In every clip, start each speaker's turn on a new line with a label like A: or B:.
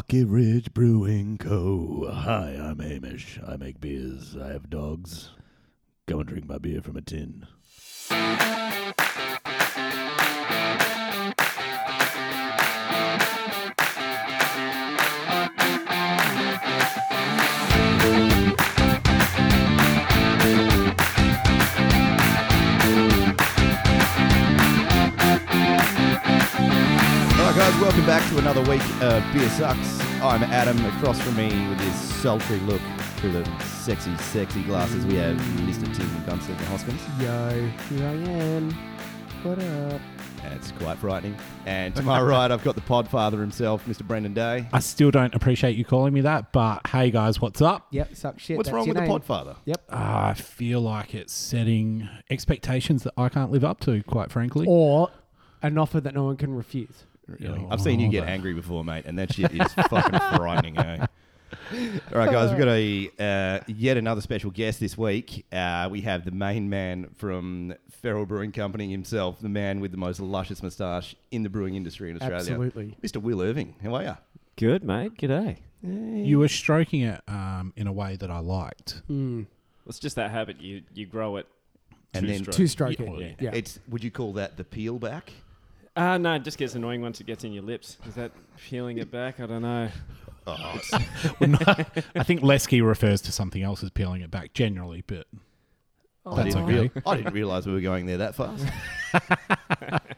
A: Rocky Ridge Brewing Co. Hi, I'm Hamish. I make beers. I have dogs. Go and drink my beer from a tin.
B: All right, guys, welcome back to another week of Beer Sucks. I'm Adam. Across from me with this sultry look through the sexy, sexy glasses, we have Mr. Tim Gunslinger Hoskins.
C: Yo, here I am. What up?
B: That's quite frightening. And to my right, I've got the podfather himself, Mr. Brendan Day.
D: I still don't appreciate you calling me that, but hey guys, what's up? Ah,
C: Yep, suck shit.
B: What's
C: that's
B: wrong
C: your
B: with
C: name.
B: the podfather?
C: Yep.
D: I feel like it's setting expectations that I can't live up to, quite frankly.
C: Or an offer that no one can refuse.
B: Really?
D: Oh,
B: I've seen you get angry before, mate, and that shit is fucking frightening, eh? All right, guys, we've got a uh, yet another special guest this week. Uh, we have the main man from Feral Brewing Company himself, the man with the most luscious moustache in the brewing industry in Australia.
C: Absolutely.
B: Mr. Will Irving, how are you?
E: Good, mate. G'day.
D: You were stroking it um, in a way that I liked.
E: It's just that habit. You you grow it.
B: And then
C: Two stroke.
D: Yeah,
C: Yeah. yeah.
B: it's would you call that the peel back?
E: Ah, no, it just gets annoying once it gets in your lips. Is that peeling it back? I don't know.
D: I think Lesky refers to something else as peeling it back generally, but that's
B: I Oh, didn't,
D: okay.
B: real- I didn't realize we were going there that fast.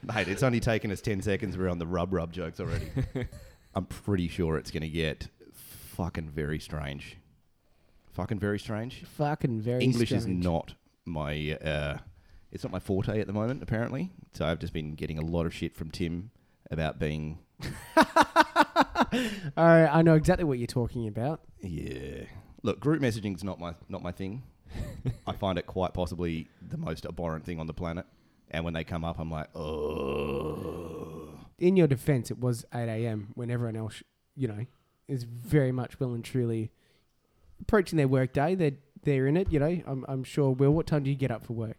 B: Mate, it's only taken us 10 seconds. We're on the rub rub jokes already. I'm pretty sure it's going to get fucking very strange. Fucking very strange.
C: Fucking very
B: English is
C: strange.
B: not my uh, it's not my forte at the moment apparently. So I've just been getting a lot of shit from Tim about being
C: All right, I know exactly what you're talking about.
B: yeah. Look, group messaging's not my not my thing. I find it quite possibly the most abhorrent thing on the planet. And when they come up, I'm like, oh.
C: In your defense, it was 8 a.m. when everyone else, you know, is very much well and truly approaching their work day. They're, they're in it, you know. I'm, I'm sure. Will, what time do you get up for work?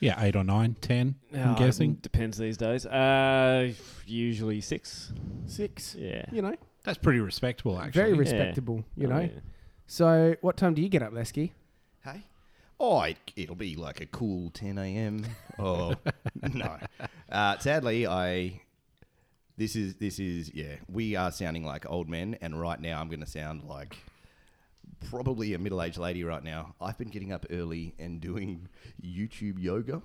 D: Yeah, eight or nine, ten, I'm
E: Ah,
D: guessing.
E: Depends these days. Uh, usually six.
C: Six.
E: Yeah.
C: You know,
D: That's pretty respectable, actually.
C: very
E: Yeah.
C: respectable, you
E: Oh,
C: know.
E: yeah.
C: So, what time do you get up, Lesky?
B: Hey. Oh, it, it'll be like a cool 10 a.m. Oh, no. Uh, sadly, I. This is, this is, yeah, we are sounding like old men, and right now I'm going to sound like probably a middle aged lady right now. I've been getting up early and doing YouTube yoga.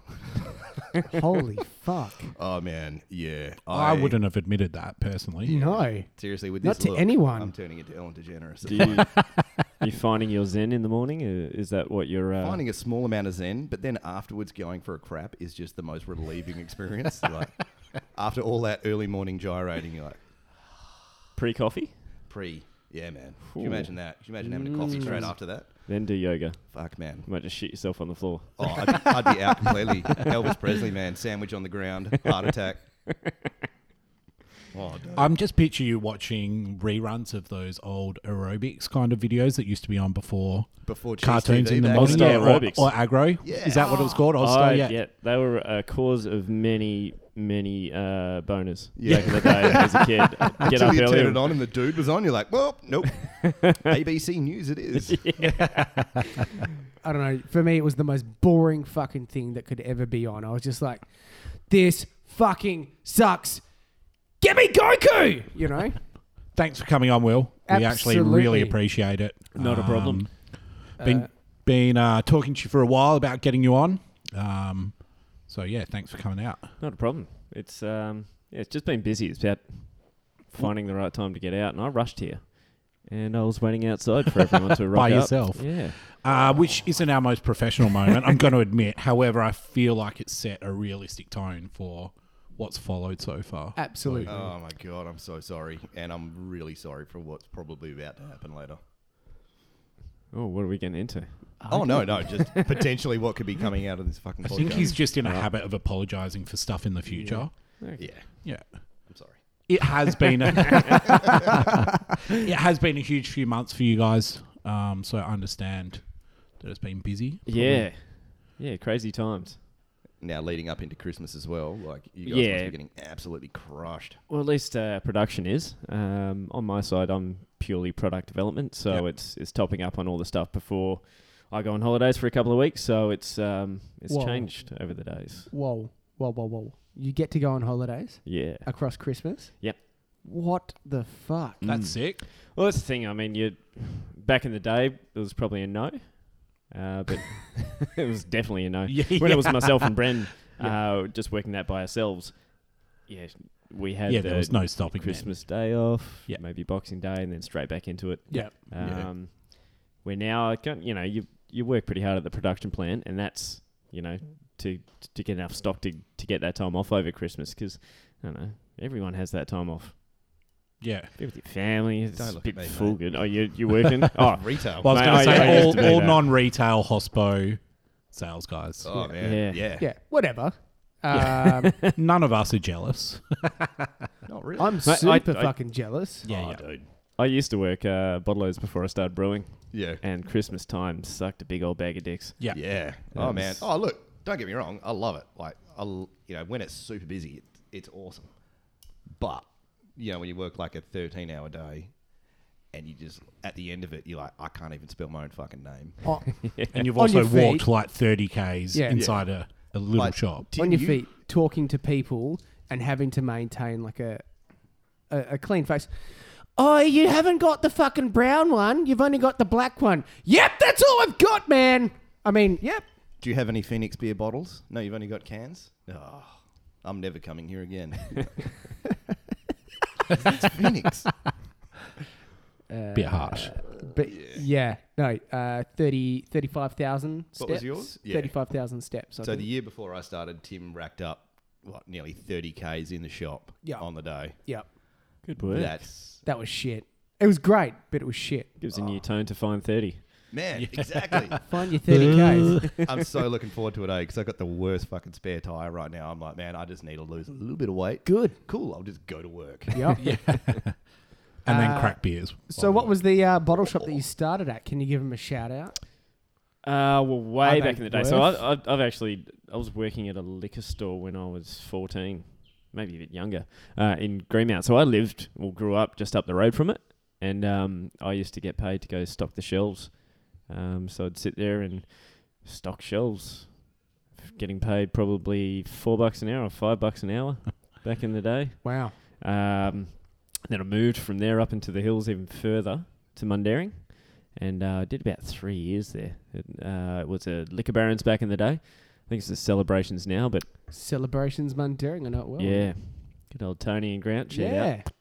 C: Holy fuck.
B: Oh, man. Yeah.
D: I, wouldn't have admitted that personally.
C: No.
B: Seriously, with
C: Not
B: this
C: to
B: look,
C: anyone.
B: I'm turning into Ellen DeGeneres.
E: Do you, you finding your zen in the morning? Uh, Is that what you're uh,
B: Finding a small amount of zen, but then afterwards going for a crap is just the most relieving experience. like after all that early morning gyrating, you're like
E: pre-coffee?
B: pre, yeah, man. Can
E: Ooh.
B: you imagine that? Can you imagine having a coffee
D: Mm.
B: straight after that?
E: Then do yoga.
B: Fuck, man.
E: You might just shit yourself on the floor.
B: Oh, I'd, be- I'd be out completely. Elvis Presley, man, sandwich on the ground, heart attack. Oh, dude.
D: I'm just picture you watching reruns of those old aerobics kind of videos that used to be on before
B: Before Cheese
D: cartoons
B: TV
D: in the
B: back
D: modern
E: in the
D: yeah,
E: day.
D: or,
E: Aerobics.
D: or aggro.
B: Yeah.
D: Is that what it was called? Old
E: I-
D: style, yeah.
E: Oh, yeah, they were a cause of many, many uh, boners
B: Yeah.
E: back in the day as a kid. Get
B: Until
E: up
B: you
E: early.
B: turn it on and the dude was on, you're like, well, nope. ABC News it is.
C: I don't know. For me, it was the most boring fucking thing that could ever be on. I was just like, this fucking sucks. Give me Goku! You know?
D: Thanks for coming on, Will. We actually
C: Absolutely.
D: really appreciate it.
E: Not a problem.
D: Um, Been been uh, talking to you for a while about getting you on. Um, so yeah, thanks for coming out.
E: Not a problem. It's um, yeah, it's just been busy. It's about finding the right time to get out, and I rushed here, and I was waiting outside for everyone to rock
D: By
E: up.
D: yourself.
E: Yeah,
D: Uh, which isn't our most professional moment, I'm going to admit. However, I feel like it set a realistic tone for what's followed so far.
C: Absolutely.
E: uh,
B: Oh my god, I'm so sorry, and I'm really sorry for what's probably about to happen later.
E: Oh, what are we getting into?
B: Oh no, no, just potentially what could be coming out of this fucking.
D: I think he's just in a habit of apologising for stuff in the future.
B: Yeah,
D: yeah.
B: I'm sorry.
D: it has been a, it has been a huge few months for you guys. Um, so I understand that it's been busy.
E: Yeah, yeah, crazy times.
B: now leading up into Christmas as well. Like you guys
E: Yeah.
B: must be getting absolutely crushed.
E: Well, at least uh, production is. Um, on my side, I'm purely product development, so
D: Yep.
E: it's it's topping up on all the stuff before I go on holidays for a couple of weeks. So it's um, it's
C: Whoa.
E: changed over the days.
C: Whoa, whoa, whoa, whoa. You get to go on holidays
E: Yeah.
C: across Christmas?
E: Yep.
C: What the fuck?
D: That's sick.
E: Well, that's the thing. I mean, you back in the day, it was probably a no, uh, but it was definitely a no.
D: Yeah,
E: When it was myself and Bren, uh, just working that by ourselves, yeah, we had
D: Yeah,
E: the
D: there was no stopping. man.
E: Christmas Day off,
D: Yeah.
E: maybe Boxing Day, and then straight back into it.
D: Yeah.
E: Um,
D: Yeah.
E: Where now, I can you know, you you work pretty hard at the production plant, and that's you know to to get enough stock to to get that time off over Christmas because I don't know everyone has that time off.
D: Yeah.
E: Be with your family. It's
B: Don't
E: a
B: look
E: bit
B: at me, mate.
E: full good. Oh, you you working? oh,
B: Retail.
D: Well, I was
E: Mate,
D: going to say
E: oh, yeah, it used
D: all,
E: to be
D: all
E: that.
D: non-retail hospo sales guys.
B: oh man, yeah.
C: Yeah, whatever.
D: Yeah.
C: Um,
D: None of us are jealous.
B: not really.
C: I'm
E: I-
C: super
E: I-
C: fucking jealous.
D: Yeah,
A: Oh,
D: yeah.
A: dude.
E: I used to work uh, bottlers before I started brewing,
B: yeah,
E: and Christmas time sucked a big old bag of dicks.
D: Yeah.
B: yeah. Oh man. Oh look, don't get me wrong. I love it. Like, I, l- you know, when it's super busy, it, it's awesome. But you know, when you work like a thirteen-hour day, and you just at the end of it, you're like, I can't even spell my own fucking name.
C: Oh,
D: And you've
C: On
D: also
C: your feet.
D: walked like 30 Ks
C: Yeah.
D: inside A, a little
B: Like,
D: shop.
B: Tim,
C: on your
B: you-
C: feet, talking to people and having to maintain like a, a a clean face. Oh, you haven't got the fucking brown one. You've only got the black one. Yep, that's all I've got, man. I mean, yep.
B: Do you have any Phoenix beer bottles? No, you've only got cans. Oh, I'm never coming here again. it's Phoenix.
C: Uh,
D: Bit harsh.
C: But yeah, no, uh, 30, 35,000 steps.
B: What was yours? Yeah.
C: 35,000 steps. I
B: So the
C: think.
B: year before I started, Tim racked up what nearly 30 k's in the shop
C: Yeah.
B: on the day.
C: yep.
E: Good work.
B: That's
C: That was shit. It was great, but it was shit.
E: Gives a new
B: Oh.
E: tone to Fine 30.
B: man, exactly.
C: Find your 30Ks.
B: I'm so looking forward to it, eh? Because I got the worst fucking spare tire right now. I'm like, man, I just need to lose a little bit of weight.
C: Good.
B: Cool. I'll just go to work.
C: Yep.
D: And then
C: Uh,
D: crack beers.
C: So, what was the uh, bottle shop that you started at? Can you give them a shout out?
E: Uh, well, way
C: Are they
E: back in the day. So
C: worth-
E: I, I, I've actually, I was working at a liquor store when I was 14, maybe a bit younger, uh, in Greenmount. So I lived, well, grew up just up the road from it. And um, I used to get paid to go stock the shelves. Um, so I'd sit there and stock shelves, getting paid probably four bucks an hour or five bucks an hour back in the day.
C: Wow.
E: Um, then I moved from there up into the hills even further to Mundaring, and uh, I did about three years there. It, uh, it was a liquor barons back in the day. I think it's the celebrations now, but
C: Celebrations Mundaring, I know it well.
E: yeah, good old Tony and Grant. Shout
C: Yeah.
E: out.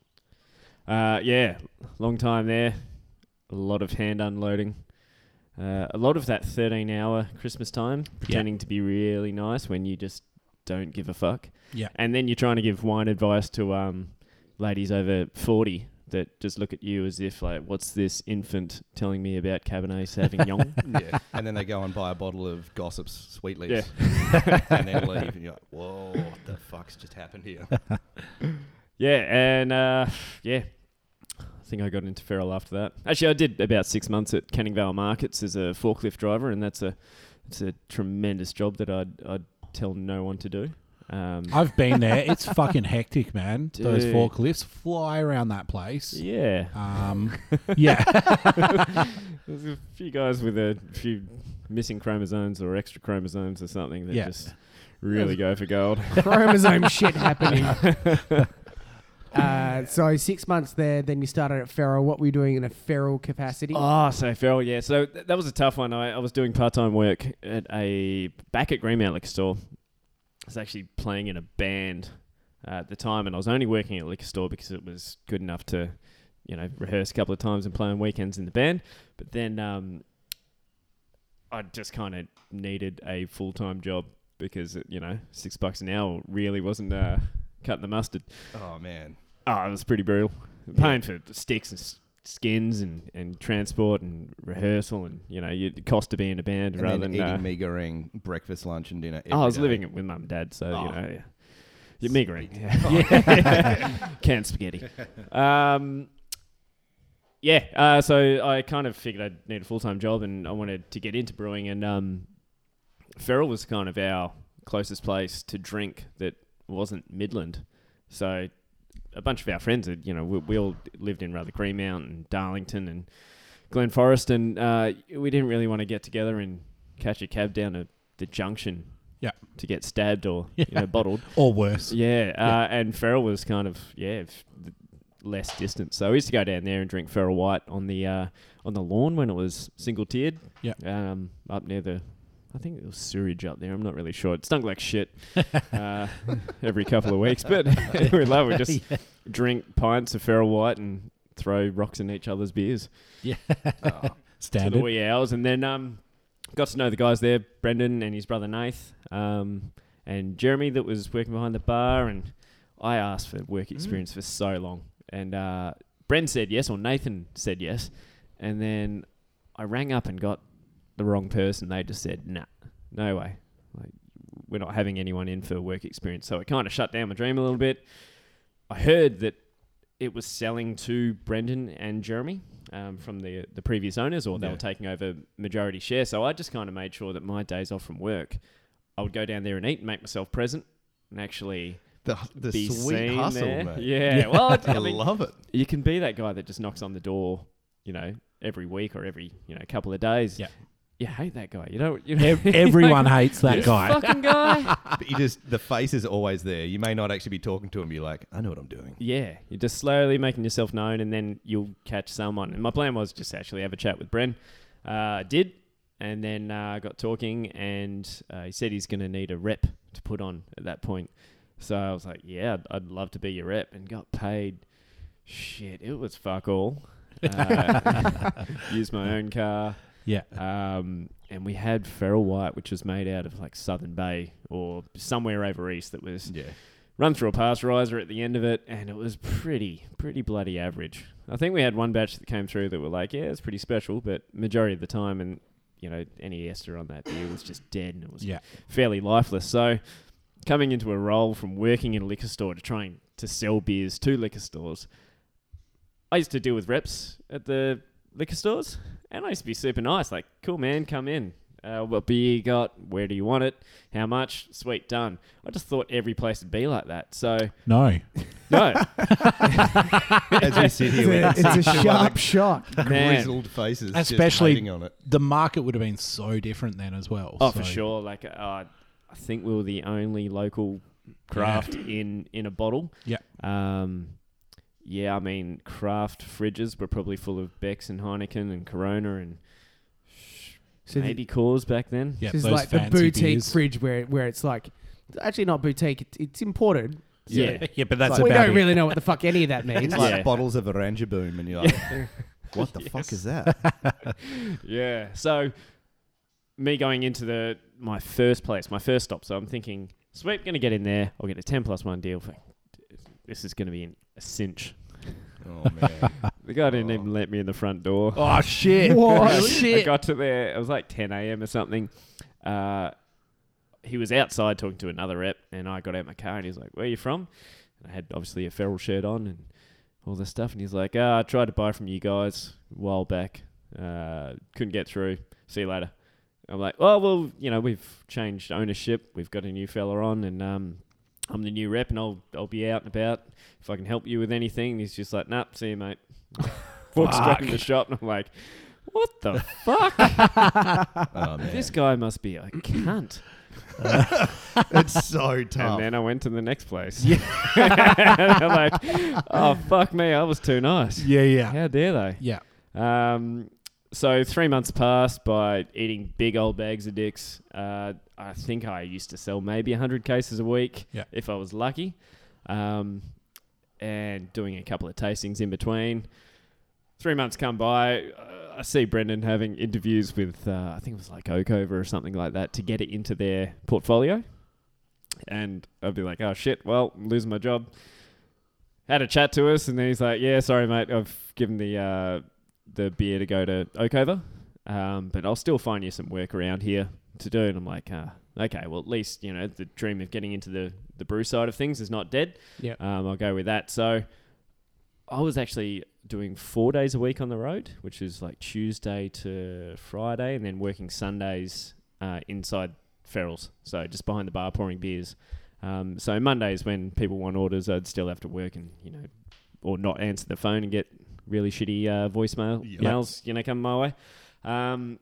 E: Uh, yeah, long time there. A lot of hand unloading. Uh, a lot of that 13 hour Christmas time, pretending to be really nice when you just don't give a fuck.
D: Yeah.
E: And then you're trying to give wine advice to um, ladies over 40 that just look at you as if, like, what's this infant telling me about Cabernet Sauvignon?
B: yeah. And then they go and buy a bottle of Gossip's Sweet
E: yeah.
B: Leaves. and then leave, and you're like, "Whoa, what the fuck's just happened here?"
E: Yeah. And uh, yeah, I think I got into Feral after that. Actually, I did about six months at Canning Vale Markets as a forklift driver, and that's a it's a tremendous job that I'd, I'd tell no one to do. Um,
D: I've been there. It's fucking hectic, man. Those
E: Dude.
D: forklifts fly around that place.
E: yeah.
D: Um, yeah.
E: There's a few guys with a few missing chromosomes or extra chromosomes or something that
D: Yeah.
E: just really go for gold.
C: Chromosome shit happening. Uh, so six months there, then you started at Feral. What were you doing in a Feral capacity?
E: Oh, so Farrell, yeah. So th- that was a tough one. I, I was doing part time work at a back at Greenmount Liquor Store. I was actually playing in a band uh, at the time, and I was only working at liquor store because it was good enough to, you know, rehearse a couple of times and play on weekends in the band. But then um, I just kind of needed a full time job because you know six bucks an hour really wasn't uh, cutting the mustard.
B: Oh man,
E: Oh, it was pretty brutal. Paying for sticks and s- skins and, and transport and rehearsal and you know you, the cost of being in a band
B: and
E: rather
B: then
E: than
B: eating
E: uh,
B: me goreng breakfast, lunch, and dinner.
E: oh, I
B: every
E: was
B: day.
E: living it with mum and dad, so
B: Oh.
E: you know, yeah. you're miggering, yeah. canned spaghetti. Um, yeah, uh, so I kind of figured I'd need a full time job, and I wanted to get into brewing, and um, Ferrell was kind of our closest place to drink that wasn't Midland. So a bunch of our friends had, you know, we, we all lived in rather Greenmount and Darlington and Glen Forest, and uh, we didn't really want to get together and catch a cab down to the junction.
D: Yeah.
E: To get stabbed or you know bottled.
D: Or worse.
E: Yeah, uh, and Ferrell was kind of yeah f- th- less distant, so we used to go down there and drink Ferrell White on the uh, on the lawn when it was single tiered.
D: Yeah.
E: um, up near the. I think it was sewage up there. I'm not really sure. It stunk like shit uh, every couple of weeks, but we love it. We just drink pints of Ferrell White and throw rocks in each other's beers
B: Oh,
E: to the
D: Standard.
E: wee hours, and then um, got to know the guys there, Brendan and his brother Nath, um, and Jeremy that was working behind the bar, and I asked for work experience for so long, and uh, Bren said yes, or Nathan said yes, and then I rang up and got the wrong person. They just said nah, no way, like we're not having anyone in for work experience, so it kind of shut down my dream a little bit. I heard that it was selling to Brendan and Jeremy um, from the the previous owners, or they
D: Yeah.
E: were taking over majority share. So I just kind of made sure that my days off from work, I would go down there and eat, and make myself present, and actually
B: The, the
E: be
B: sweet
E: seen
B: hustle,
E: there.
B: mate.
E: Yeah. Well, it,
B: I
E: I mean,
B: love it.
E: you can be that guy that just knocks on the door, you know, every week or every you know couple of days.
D: Yeah.
E: You hate that guy. You don't. You
D: Ev- Everyone hates that
E: This
D: guy.
E: Fucking guy.
B: But you just the face is always there. You may not actually be talking to him. You're like, I know what I'm doing.
E: Yeah, you're just slowly making yourself known, and then you'll catch someone. And my plan was just actually have a chat with Bren. Uh, I did, and then uh, got talking, and uh, he said he's going to need a rep to put on at that point. So I was like, yeah, I'd, I'd love to be your rep, and got paid. Shit, it was fuck all. Uh, used my own car.
D: Yeah.
E: Um, and we had Feral White, which was made out of like Southern Bay or somewhere over east that was
B: Yeah.
E: run through a pasteurizer at the end of it, and it was pretty, pretty bloody average. I think we had one batch that came through that were like, yeah, it's pretty special, but majority of the time, and you know, any ester on that beer was just dead, and it was
D: Yeah.
E: fairly lifeless. So, coming into a role from working in a liquor store to trying to sell beers to liquor stores, I used to deal with reps at the liquor stores, and I used to be super nice, like, cool man, come in. Uh, what beer you got? Where do you want it? How much? Sweet, done. I just thought every place would be like that. So
D: No.
E: no,
B: As we sit here, with
C: It's a, it's a
B: six
C: sharp shock.
E: man.
B: grizzled faces,
D: Especially-
B: just hating on it.
D: The market would have been so different then as well.
E: Oh,
D: so-
E: for sure. Like, uh, I think we were the only local craft in in a bottle.
D: Yeah.
E: Um, yeah, I mean, craft fridges were probably full of Becks and Heineken and Corona and
C: So
E: maybe Coors back then.
D: Yeah,
C: this is
D: those
C: like the
D: fancy
C: boutique
D: beers.
C: fridge where where it's like it's actually not boutique. It, it's imported.
E: Yeah.
D: Yeah, but that's
C: we
D: about
C: don't
D: it.
C: really know what the fuck any of that means.
B: It's like
E: Yeah.
B: bottles of Aranja Boom, and you're like, what the fuck is that?
E: Yeah. So me going into the my first place, my first stop. So I'm thinking, sweet, gonna get in there. I'll get a ten plus one deal. This is gonna be an- a cinch.
B: Oh man,
E: The guy didn't even let me in the front door.
D: Oh shit!
C: What?
E: I got to there. It was like 10 a.m. or something. Uh, he was outside talking to another rep, and I got out my car, and he's like, "Where you from?" And I had obviously a feral shirt on and all this stuff, and he's like, "Ah, I tried to buy from you guys a while back. Uh, couldn't get through. See you later." I'm like, "Oh well, you know, we've changed ownership. We've got a new fella on, and um." I'm the new rep, and I'll I'll be out and about if I can help you with anything. And he's just like, "Nah, see you, mate." Walks back in the shop, and I'm like, "What the
B: oh man,
E: this guy must be a cunt.
B: it's so tough.
E: And then I went to the next place. Yeah. and I'm like, oh, fuck me. I was too nice.
D: Yeah, yeah,
E: How dare they?
D: yeah.
E: Um, so three months passed by eating big old bags of dicks. Uh, I think I used to sell maybe 100 cases a week
D: Yeah.
E: if I was lucky. Um, and doing a couple of tastings in between. Three months come by. Uh, I see Brendan having interviews with, uh, I think it was like Oakover or something like that, to get it into their portfolio. And I'd be like, oh shit, well, I'm losing my job. Had a chat to us, and then he's like, yeah, sorry, mate, I've given the uh, the beer to go to Oakover, um, but I'll still find you some work around here to do. And I'm like, uh, okay, well, at least, you know, the dream of getting into the, the brew side of things is not dead.
C: Yeah.
E: Um, I'll go with that. So I was actually doing four days a week on the road, which is like Tuesday to Friday, and then working Sundays uh, inside ferals, so just behind the bar pouring beers. Um, so Mondays when people want orders, I'd still have to work and you know, or not answer the phone and get really shitty uh, voicemail
B: Yeah.
E: mails, you know, coming my way. Um,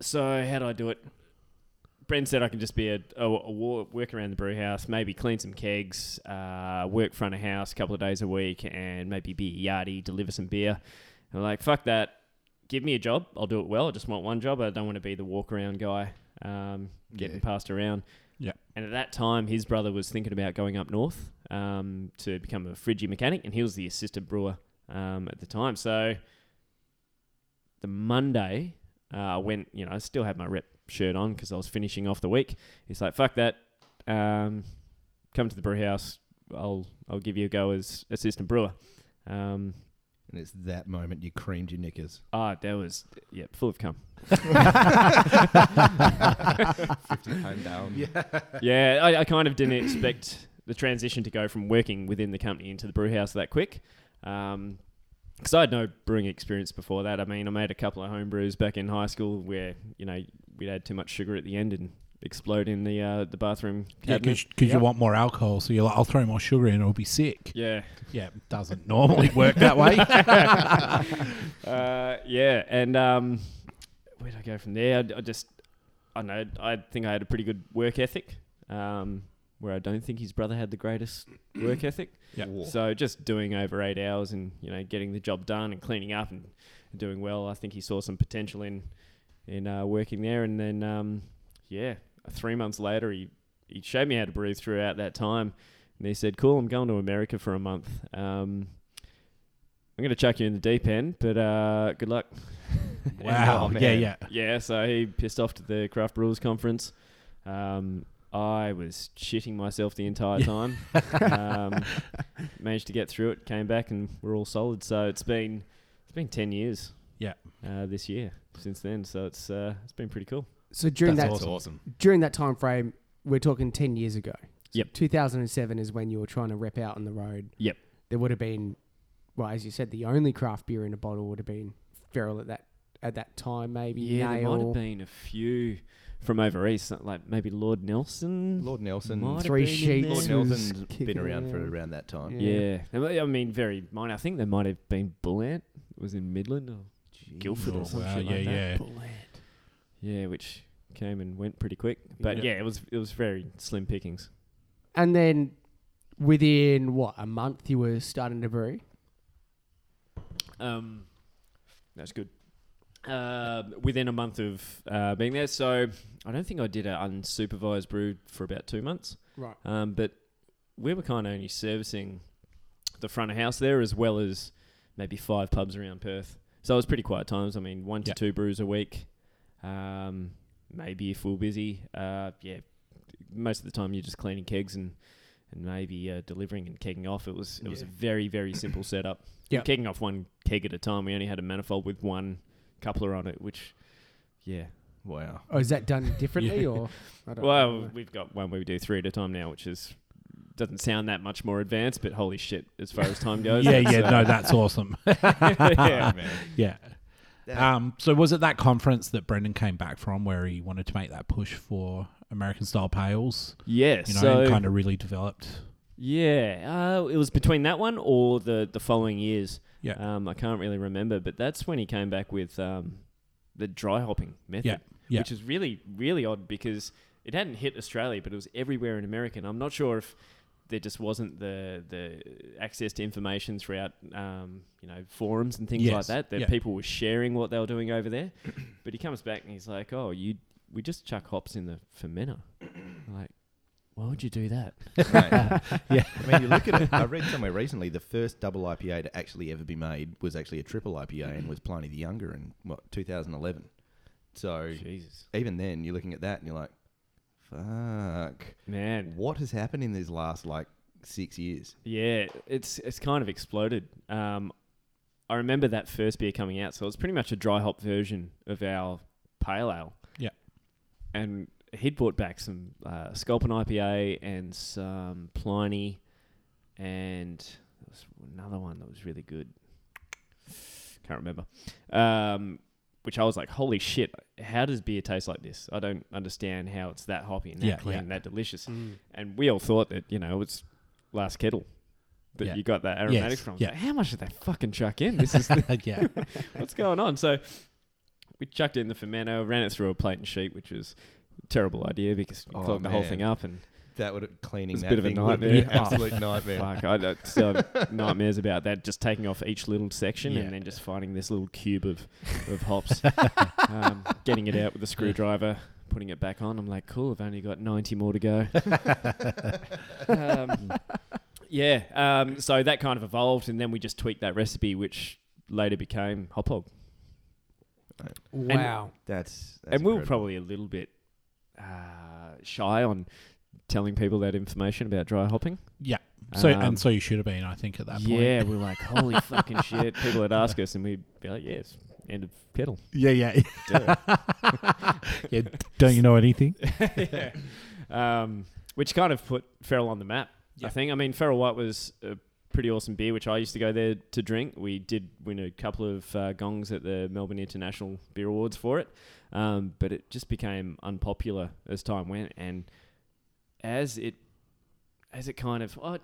E: so how do I do it? Bren said I can just be a, a, a wa- work around the brew house, maybe clean some kegs, uh, work front of house a couple of days a week, and maybe be a yardie, deliver some beer. And I'm like, fuck that. Give me a job. I'll do it well. I just want one job. I don't want to be the walk around guy um, getting
B: Yeah.
E: passed around.
D: Yeah.
E: And at that time, his brother was thinking about going up north um, to become a Friggy mechanic, and he was the assistant brewer um, at the time. So the Monday, uh, I went, you know, I still had my rep shirt on because I was finishing off the week. He's like, fuck that. Um, come to the brew house. I'll, I'll give you a go as assistant brewer. Um,
B: And it's that moment you creamed your knickers.
E: ah, that was, yeah, full of cum.
B: 50 pound down. Yeah.
E: yeah, I, I kind of didn't expect the transition to go from working within the company into the brew house that quick. Because I had no brewing experience before that. I mean, I made a couple of home brews back in high school where, you know, we'd add too much sugar at the end and explode in the uh, the bathroom
D: Yeah,
E: cabinet.
D: because you want more alcohol, so you're like, I'll throw more sugar in, it'll be sick.
E: yeah.
D: Yeah, it doesn't normally work that way.
E: uh, yeah, and um, where did I go from there? I, I just, I don't know. I think I had a pretty good work ethic, um, where I don't think his brother had the greatest work ethic.
D: Yeah.
E: So just doing over eight hours and you know getting the job done and cleaning up and doing well. I think he saw some potential in in uh, working there, and then um, yeah, three months later he he showed me how to brew throughout that time. And he said, "Cool, I'm going to America for a month. Um, I'm going to chuck you in the deep end, but uh, good luck."
D: Wow.
E: Oh,
D: yeah,
E: man.
D: yeah.
E: Yeah, so he pissed off to the Craft Brewers Conference. Um, I was shitting myself the entire time. um, managed to get through it, came back, and we're all solid. So it's been it's been ten years.
D: Yeah.
E: Uh, this year since then, so it's uh, it's been pretty cool.
C: So during
D: That's
C: that
B: That's awesome.
C: during that time frame, we're talking ten years ago.
E: Yep.
C: Two thousand and seven is when you were trying to rep out on the road.
E: Yep.
C: There would have been, well, as you said, the only craft beer in a bottle would have been Feral at that at that time. Maybe
E: Yeah, there might
C: Nail,
E: have been a few from over east, like maybe Lord Nelson.
B: Lord Nelson.
E: Might have
C: Three
E: been in
C: Sheets.
E: there.
B: Lord
C: Lord
B: Nelson's
C: Nelson's
B: been
C: kicking
B: around for
C: around.
B: around that time.
E: Yeah. I mean, very minor. I think there might have been Bullant. It was in Midland or Guildford
D: Oh,
E: or something
D: wow,
E: like
D: yeah,
E: that.
D: yeah.
E: Yeah, which came and went pretty quick. But
D: Yeah.
E: yeah, it was it was very slim pickings.
C: and then within what a month you were starting to brew.
E: Um, that's good. Uh, within a month of uh, being there, so I don't think I did an unsupervised brew for about two months.
C: Right.
E: Um, but we were kind of only servicing the front of house there as well as maybe five pubs around Perth. So it was pretty quiet times. I mean, one to
D: Yeah.
E: two brews a week. Um, maybe if we're busy. Uh, yeah, most of the time you're just cleaning kegs and, and maybe uh, delivering and kegging off. It was it was a
C: Yeah.
E: very very simple setup.
C: Yeah.
E: kegging off one keg at a time. We only had a manifold with one coupler on it, which yeah.
B: Wow.
C: Oh, is that done differently or? I don't
D: um,
E: Well,
C: know.
E: we've got one where we do three at a time now, which is doesn't sound that much more advanced, but holy shit, as far as time goes.
D: Yeah,
E: it's,
D: yeah,
E: uh,
D: no, that's awesome.
E: yeah.
D: Yeah. Um, so was it that conference that Brendan came back from where he wanted to make that push for American style pails?
E: Yeah,
D: You know,
E: so
D: and kind of really developed.
E: yeah, uh, it was between that one or the the following years.
D: Yeah.
E: um, I can't really remember, but that's when he came back with um, the dry hopping method,
D: Yeah, yeah.
E: which is really really odd because it hadn't hit Australia, but it was everywhere in America. And I'm not sure if there just wasn't the the access to information throughout um, you know forums and things like
D: Yes,
E: that that
D: yeah.
E: people were sharing what they were doing over there. but he comes back and he's like, "Oh, you we just chuck hops in the fermenter." I'm like, why would you do that?
B: yeah. I mean, you look at it. I read somewhere recently the first double IPA to actually ever be made was actually a triple IPA and was Pliny the Younger in what 2011. So
E: Jesus,
B: even then, you're looking at that and you're like, "Fuck,
E: man.
B: what has happened in these last like six years?"
E: Yeah, it's it's kind of exploded. Um, I remember that first beer coming out, so it was pretty much a dry hop version of our pale ale.
D: Yeah.
E: and he'd brought back some uh, Sculpin IPA and some Pliny, and there was another one that was really good. Can't remember. Um, which I was like, holy shit, how does beer taste like this? I don't understand how it's that hoppy and that
D: Yeah,
E: clean
D: yeah.
E: and that delicious. And we all thought that, you know, it's last kettle that
D: Yeah.
E: you got that aromatic
D: Yes,
E: from.
D: yeah.
E: Yeah. how much did they fucking chuck in? This is
D: yeah.
E: what's going on? So we chucked in the fermento, ran it through a plate and sheet, which was a terrible idea because you
B: Oh,
E: clogged the whole
B: man.
E: thing up and
B: That would cleaning
E: It's a
B: that
E: bit of a
B: thing would be
E: nightmare.
B: an absolute nightmare.
E: fuck, I don't- still have nightmares about that. Just taking off each little section
D: Yeah.
E: and then just finding this little cube of, of hops, um, getting it out with a screwdriver, putting it back on. I'm like, cool, I've only got 90 more to go. um, yeah, um, so that kind of evolved, and then we just tweaked that recipe, which later became hop hog.
C: Wow.
B: That's, that's
E: and we were
B: incredible.
E: probably a little bit uh, shy on telling people that information about dry hopping.
D: Yeah. So
E: Um,
D: and so you should have been, I think, at that point.
E: yeah, we were like, holy fucking shit. People would ask us, and we'd be like, yes, end of kettle.
D: Yeah, yeah. yeah. Don't you know anything?
E: yeah. um, which kind of put Feral on the map, I
D: Yeah.
E: think. I mean, Feral White was a pretty awesome beer, which I used to go there to drink. We did win a couple of uh, gongs at the Melbourne International Beer Awards for it, um, but it just became unpopular as time went. And as it, as it kind of, oh, I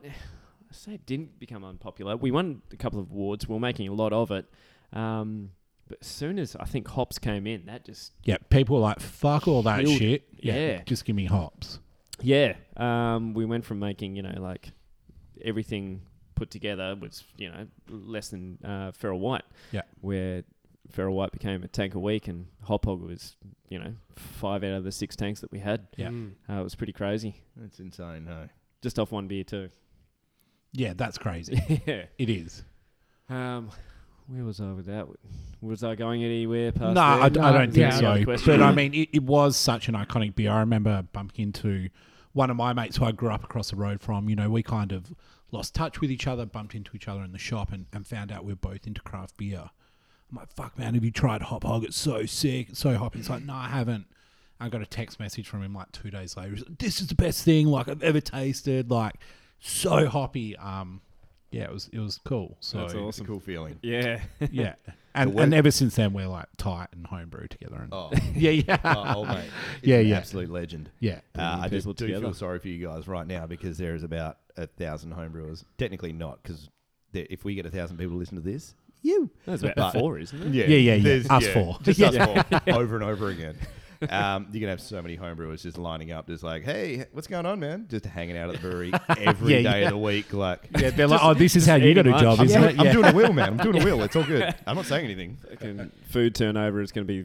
E: say it didn't become unpopular. We won a couple of awards. We were making a lot of it. Um, but as soon as I think hops came in, that just
D: Yeah. People are like, fuck all that
E: Killed-
D: shit.
E: yeah.
D: Just give me hops.
E: Yeah. Um, we went from making, you know, like everything put together was, you know, less than uh, Feral White.
D: Yeah.
E: Where Feral White became a tank a week and Hop Hog was, you know, five out of the six tanks that we had.
D: Yeah.
C: Mm.
E: Uh, it was pretty crazy.
B: That's insane. No.
E: Just off one beer, too.
D: Yeah, that's crazy.
E: yeah.
D: It is.
E: Um, where was I with that? Was I going anywhere
D: no,
E: past there?
D: I, d- I
C: No,
D: don't
C: yeah.
D: think
E: Any other
D: so.
E: questions?
D: But I mean, it, it was such an iconic beer. I remember bumping into one of my mates who I grew up across the road from. You know, we kind of lost touch with each other, bumped into each other in the shop, and, and found out we are both into craft beer. I'm like, fuck, man, have you tried Hop Hog? It's so sick. It's so hoppy. It's like, no, I haven't. I got a text message from him like two days later. He's like, this is the best thing like I've ever tasted. Like, so hoppy. Um, yeah, it was it was cool. So
E: That's
B: It's a
E: awesome.
B: cool feeling.
E: Yeah.
D: yeah. And,
B: way-
D: and ever since then, we're like tight and homebrew together. And
B: Oh,
D: yeah, yeah,
B: oh, oh, mate. He's
D: Yeah,
B: an
D: yeah.
B: Absolute legend.
D: yeah,
B: Uh, I just
E: people
B: do
E: together.
B: feel sorry for you guys right now because there is about a thousand homebrewers. Technically not, because if we get a thousand people to listen to this, you.
E: That's about
B: But-
E: four, isn't it?
D: yeah, yeah.
B: there's-
D: Us four.
B: Just us four, over and over again. Um, you're gonna have so many homebrewers just lining up, just like, "Hey, what's going on, man?" Just hanging out at the brewery every day
D: Yeah, yeah.
B: of the week, like.
D: yeah. They're like, oh, this is how you
E: eating
D: got a
E: lunch.
D: job,
E: I'm
D: isn't
B: I'm,
D: it?
B: I'm
D: Yeah.
B: doing a wheel, man. I'm doing a wheel. It's all good. I'm not saying anything.
E: Fucking food turnover is going to be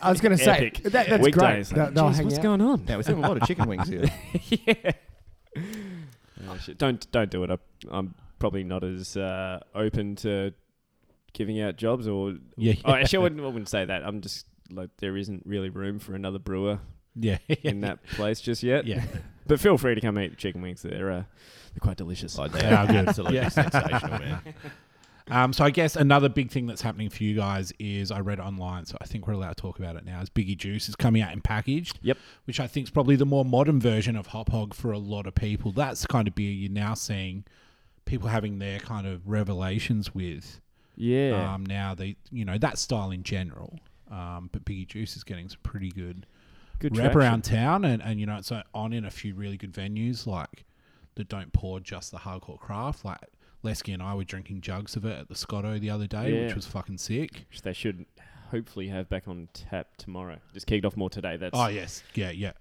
C: I was going to say,
E: Epic.
C: that, that's
E: weekdays.
C: great.
E: Like,
C: They'll- they'll
E: "Jeez,
C: hang
E: what's
C: out.
E: going on?
B: Now we're seeing a lot of chicken wings here.
E: yeah. Oh, shit. Don't don't do it. I, I'm probably not as uh, open to giving out jobs or.
D: yeah,
E: Oh, actually, I wouldn't, I wouldn't say that. I'm just like there isn't really room for another brewer
D: yeah, yeah,
E: in that place just yet.
D: uh, yeah.
E: But feel free to come eat chicken wings. They're uh, they're quite delicious.
B: Oh,
D: They are good.
B: Absolutely
D: Yeah.
B: sensational, man.
D: Um, so I guess another big thing that's happening for you guys is I read online, so I think we're allowed to talk about it now. Is Biggie Juice is coming out in packaged.
E: Yep.
D: Which I think is probably the more modern version of Hop Hog for a lot of people. That's the kind of beer you're now seeing people having their kind of revelations with.
E: Yeah.
D: um, now they you know that style in general um, but biggie juice is getting some pretty good,
E: Good
D: wrap
E: traction.
D: around town and, and you know it's uh, on in a few really good venues like that don't pour just the hardcore craft like lesky and i were drinking jugs of it at the scotto the other day
E: Yeah.
D: which was fucking sick
E: Which they should hopefully have back on tap tomorrow. Just kicked off more today. That's
D: oh yes yeah yeah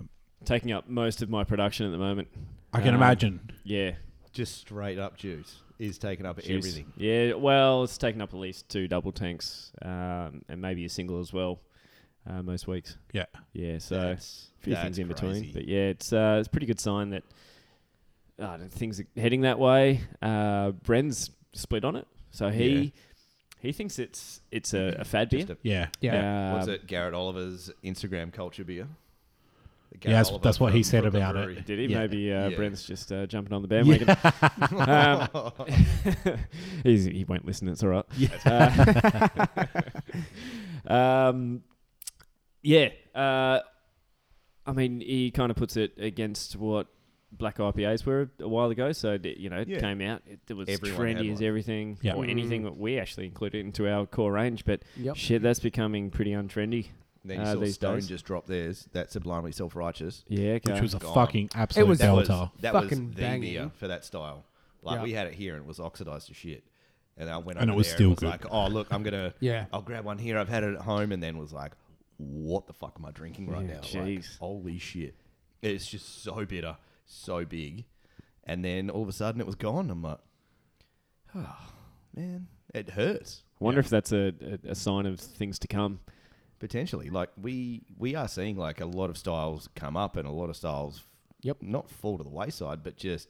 E: taking up most of my production at the moment.
D: i can
E: Um,
D: imagine
E: Yeah.
B: Just straight up juice is taking up
E: Juice.
B: everything.
E: Yeah, well, it's taken up at least two double tanks, um, and maybe a single as well, uh, most weeks.
D: Yeah.
E: yeah. So
B: That's-
E: a few
B: that's
E: things in
B: crazy.
E: between, but yeah, it's uh, it's a pretty good sign that uh, things are heading that way. Uh, Bren's split on it, so he
B: Yeah.
E: he thinks it's it's a, a fad beer.
B: Just a-
D: yeah
C: Yeah.
E: Um,
B: What's it? Garrett Oliver's Instagram culture beer. Garrett
D: that's-
B: Oliver
D: that's what he
B: from
D: said
B: Brooklyn
D: about it.
B: Brewery.
E: Did he?
D: Yeah.
E: Maybe uh,
B: Yeah.
E: Brent's just uh, jumping on the bandwagon. um, he's, he won't listen. It's all right. Uh, um, yeah. Uh, I mean, he kind of puts it against what black IPAs were a while ago, so d- you know it
B: Yeah.
E: came out. It, it was
B: Everyone had
E: trendy as
B: one. Mm.
E: everything,
D: Yeah.
E: or anything that we actually included into our core range. But
C: Yep.
E: shit, that's becoming pretty untrendy.
B: Then you
E: Uh,
B: saw
E: these
B: Stone
E: days.
B: just drop theirs. That sublimely self-righteous.
E: Yeah, okay.
D: which was a
B: Gone.
D: fucking absolute
C: was-
B: That was,
D: belter.
B: that
C: Fucking
B: was the
C: banging.
B: beer for that style. Like
C: Yeah.
B: we had it here and it was oxidized to shit. And I went
D: And
B: over
D: it was
B: there
D: still
B: and
D: good.
B: Like, oh look, I'm gonna.
C: Yeah.
B: I'll grab one here. I've had it at home, and then was like, what the fuck am I drinking right
E: Yeah,
B: now? Like,
E: jeez.
B: holy shit! It's just so bitter, so big, and then all of a sudden it was gone. I'm like, oh man, it hurts.
E: I wonder if that's a, a, a sign of things to come.
B: Potentially, like we we are seeing like a lot of styles come up and a lot of styles,
C: Yep.
B: not fall to the wayside, but just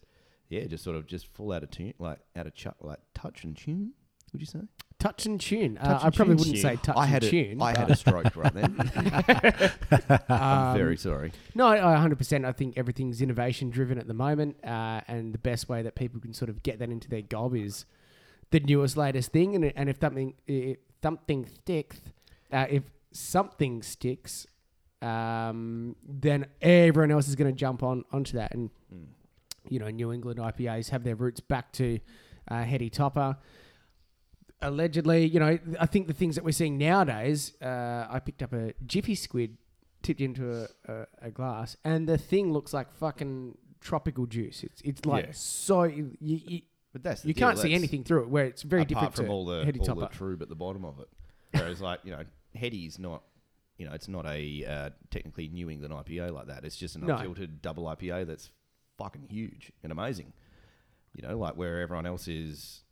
B: yeah, just sort of just fall out of tune, like out of ch- like touch and tune. Would you say?
C: Touch and tune. Uh,
E: Touch
C: I
E: and
C: probably
E: tune
C: wouldn't
E: tune.
C: say touch
B: I had
C: and
B: a,
C: tune.
B: I had a stroke right then. I'm very sorry.
C: um, No, I- I 100%. I think everything's innovation driven at the moment. Uh, and the best way that people can sort of get that into their gob is the newest, latest thing. And, and if something, if something sticks, uh, if something sticks, um, then everyone else is going to jump on onto that. And, you know, New England IPAs have their roots back to uh, Hetty Topper allegedly, you know, I think the things that we're seeing nowadays. Uh, I picked up a jiffy squid, tipped into a, a, a glass, and the thing looks like fucking tropical juice. It's it's like
B: Yeah.
C: so you you,
B: But that's the
C: you
B: deal,
C: can't see
B: that's
C: anything through it. Where it's very
B: apart
C: different
B: from
C: to
B: all the
C: heady
B: all
C: topper.
B: the trube at the bottom of it. Whereas like you know, heady's not. You know, it's not a uh, technically New England IPA like that. It's just an
C: No.
B: unfiltered double IPA that's fucking huge and amazing. You know, like where everyone else is,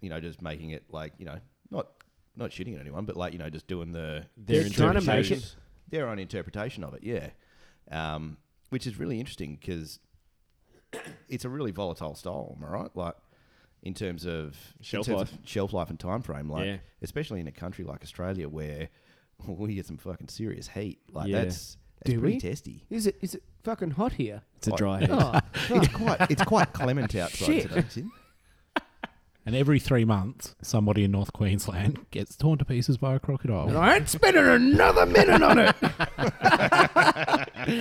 B: you know, just making it like you know, not not shitting at anyone, but like you know, just doing the
E: They're trying to make it-
B: interpretations- their own interpretation of it. Yeah, um, which is really interesting because it's a really volatile style, am I right? Like in terms of
E: Shelf
B: in terms of shelf life and time frame, like
E: Yeah.
B: especially in a country like Australia where we get some fucking serious heat. Like
E: Yeah.
B: that's that's
C: Do
B: pretty
C: we?
B: testy.
C: Is it is it fucking hot here?
E: It's a
B: Like-
E: dry head.
C: Oh,
B: It's quite it's quite clement outside
C: Shit.
B: today. Tim.
D: And every three months, somebody in North Queensland gets torn to pieces by a crocodile.
C: I ain't Oh, spending another minute on it.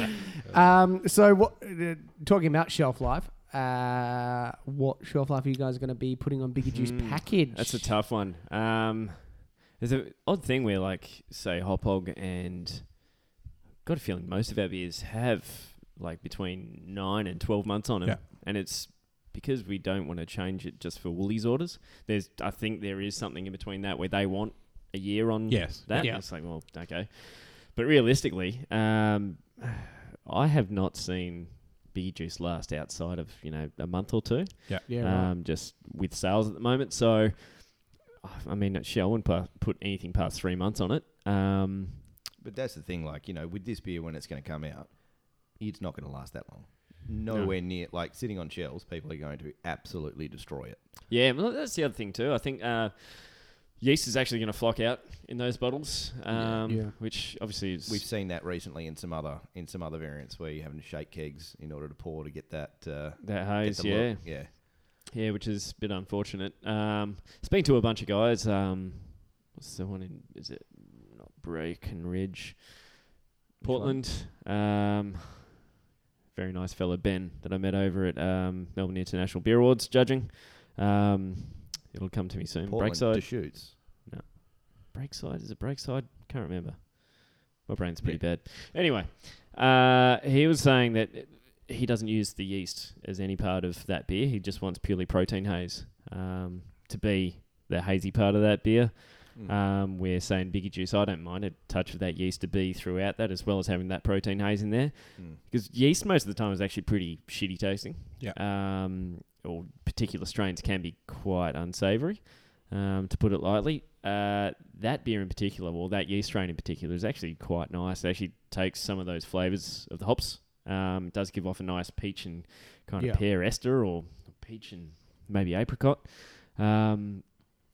C: um, so, what, uh, talking about shelf life, uh, what shelf life are you guys going to be putting on Bigger Juice
E: Hmm,
C: package?
E: That's a tough one. Um, there's an odd thing where, like, say, Hop Hog and got a feeling most of our beers have like between nine and twelve months on them,
D: Yeah.
E: and it's because we don't want to change it just for Woolies orders. There's, I think, there is something in between that where they want a year on
D: Yes.
E: that.
C: Yeah.
E: It's like, well, okay, but realistically, um, I have not seen Biggie Juice last outside of you know a month or two
B: Uh,
C: yeah, right.
E: um, just with sales at the moment. So, I mean, shit, I wouldn't pa- put anything past three months on it. Um,
B: But that's the thing, like, you know, with this beer when it's gonna come out, it's not gonna last that long.
E: No.
B: Nowhere near like sitting on shelves, people are going to absolutely destroy it.
E: yeah, well, that's the other thing too. I think uh, yeast is actually going to flock out in those bottles, um,
C: Yeah.
E: which obviously is
B: We've seen that recently in some other in some other variants where you're having to shake kegs in order to pour to get that uh,
E: that
B: get
E: haze.
B: the
E: Yeah,
B: look. yeah.
E: yeah, which is a bit unfortunate. Um, speaking to a bunch of guys, um, what's the one in? Is it not Breckenridge, Portland? Um, very nice fella Ben that I met over at um, Melbourne International Beer Awards judging. Um, it'll come to me soon.
B: Portland
E: Breakside,
B: Deschutes.
E: Breakside is it Breakside? Can't remember. My brain's pretty bad. Anyway, uh, he was saying that he doesn't use the yeast as any part of that beer. He just wants purely protein haze um, to be the hazy part of that beer.
B: Mm.
E: Um, we're saying Biggie Juice. I don't mind a touch of that yeast to be throughout that, as well as having that protein haze in there,
B: Mm.
E: because yeast most of the time is actually pretty shitty tasting.
D: Yeah.
E: Um, or particular strains can be quite unsavory, um, to put it lightly. Uh, that beer in particular, or that yeast strain in particular, is actually quite nice. It actually takes some of those flavors of the hops. Um, it does give off a nice peach and kind
C: Yeah.
E: of pear ester, or peach and maybe apricot. Um,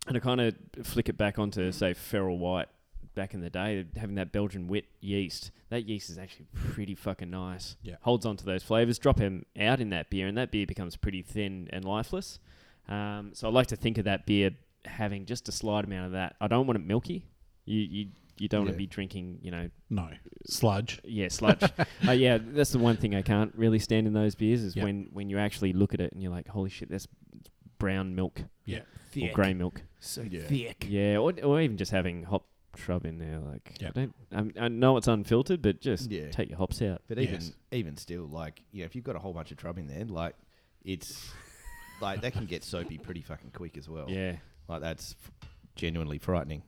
E: and I kind of flick it back onto, say, Feral White back in the day, having that Belgian wit yeast. That yeast is actually pretty fucking nice.
D: Yeah.
E: Holds onto those flavors, drop them out in that beer, and that beer becomes pretty thin and lifeless. Um, so I like to think of that beer having just a slight amount of that. I don't want it milky. You, you you don't want
B: Yeah.
E: to be drinking, you know,
D: No. Sludge.
E: yeah, sludge. uh, yeah, that's the one thing I can't really stand in those beers is
D: Yep.
E: when when you actually look at it and you're like, holy shit, that's brown milk
D: Yeah.
E: or
C: Thick.
E: grey milk.
C: So
B: Yeah.
C: thick.
E: Yeah, or, or even just having hop shrub in there. Like,
D: Yep.
E: I don't. I, I know it's unfiltered, but just
B: Yeah.
E: take your hops out.
B: But even
D: Yes.
B: even still, like you know, if you've got a whole bunch of trouble in there, like it's like that can get soapy pretty fucking quick as well.
E: Yeah,
B: like that's f- genuinely frightening.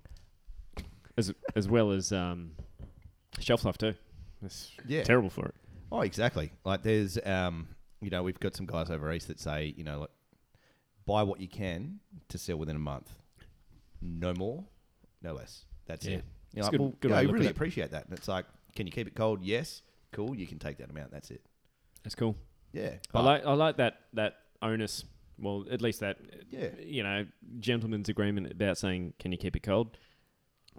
E: as as well as um, shelf life too. That's
B: Yeah.
E: terrible for it.
B: Oh, exactly. Like there's um, you know, we've got some guys over east that say, you know, like buy what you can to sell within a month, no more, no less. That's
E: Yeah.
B: it. You're
E: It's
B: like,
E: good-
B: well,
E: good
B: yeah, I
E: way to look at
B: really
E: it.
B: appreciate that. And it's like, can you keep it cold? Yes. Cool. You can take that amount. That's it.
E: That's cool.
B: Yeah.
E: I
B: But-
E: like I like that that onus. Well, at least that
B: Yeah.
E: you know gentleman's agreement about saying, can you keep it cold?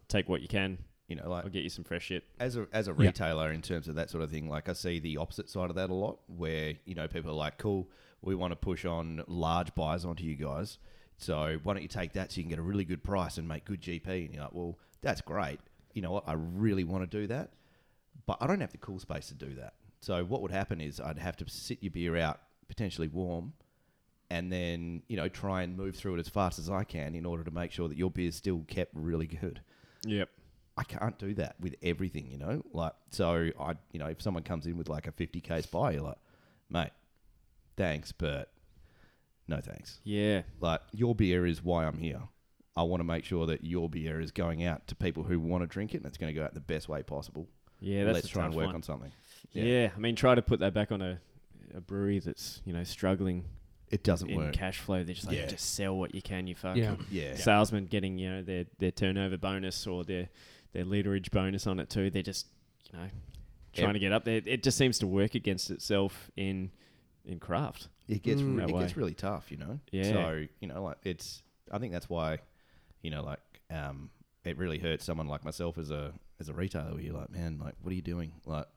E: Take what you can.
B: you know, like
E: I'll get you some fresh shit.
B: as a as a retailer in terms of that sort of thing, like I see the opposite side of that a lot, where you know people are like, "Cool, we want to push on large buys onto you guys, so why don't you take that so you can get a really good price and make good GP?" And you're like, "Well, that's great. You know what? I really want to do that, but I don't have the cool space to do that. So what would happen is I'd have to sit your beer out potentially warm." And then you know, try and move through it as fast as I can in order to make sure that your beer's still kept really good.
E: Yep.
B: I can't do that with everything, you know. Like, so I, you know, if someone comes in with like a fifty case buy, you're like, mate, thanks, but no thanks.
E: Yeah.
B: Like, your beer is why I'm here. I want to make sure that your beer is going out to people who want to drink it, and it's going to go out the best way possible.
E: Yeah. That's
B: Let's
E: a
B: try and
E: tough
B: work
E: one.
B: on something.
E: Yeah. I mean, try to put that back on a, a brewery that's you know struggling
B: It doesn't
E: in
B: work.
E: cash flow. They're just like,
B: Yeah.
E: just sell what you can. You fuck.
C: Yeah.
B: yeah,
E: Salesmen getting you know their their turnover bonus or their their literage bonus on it too. They're just you know trying
B: Yeah.
E: to get up there. It just seems to work against itself in in craft.
B: it gets
C: Mm.
B: re-
E: That
B: it gets
E: way.
B: really tough, you know.
E: Yeah.
B: So you know, like it's. I think that's why, you know, like um, it really hurts someone like myself as a as a retailer. Where you're like, man, like what are you doing? Like,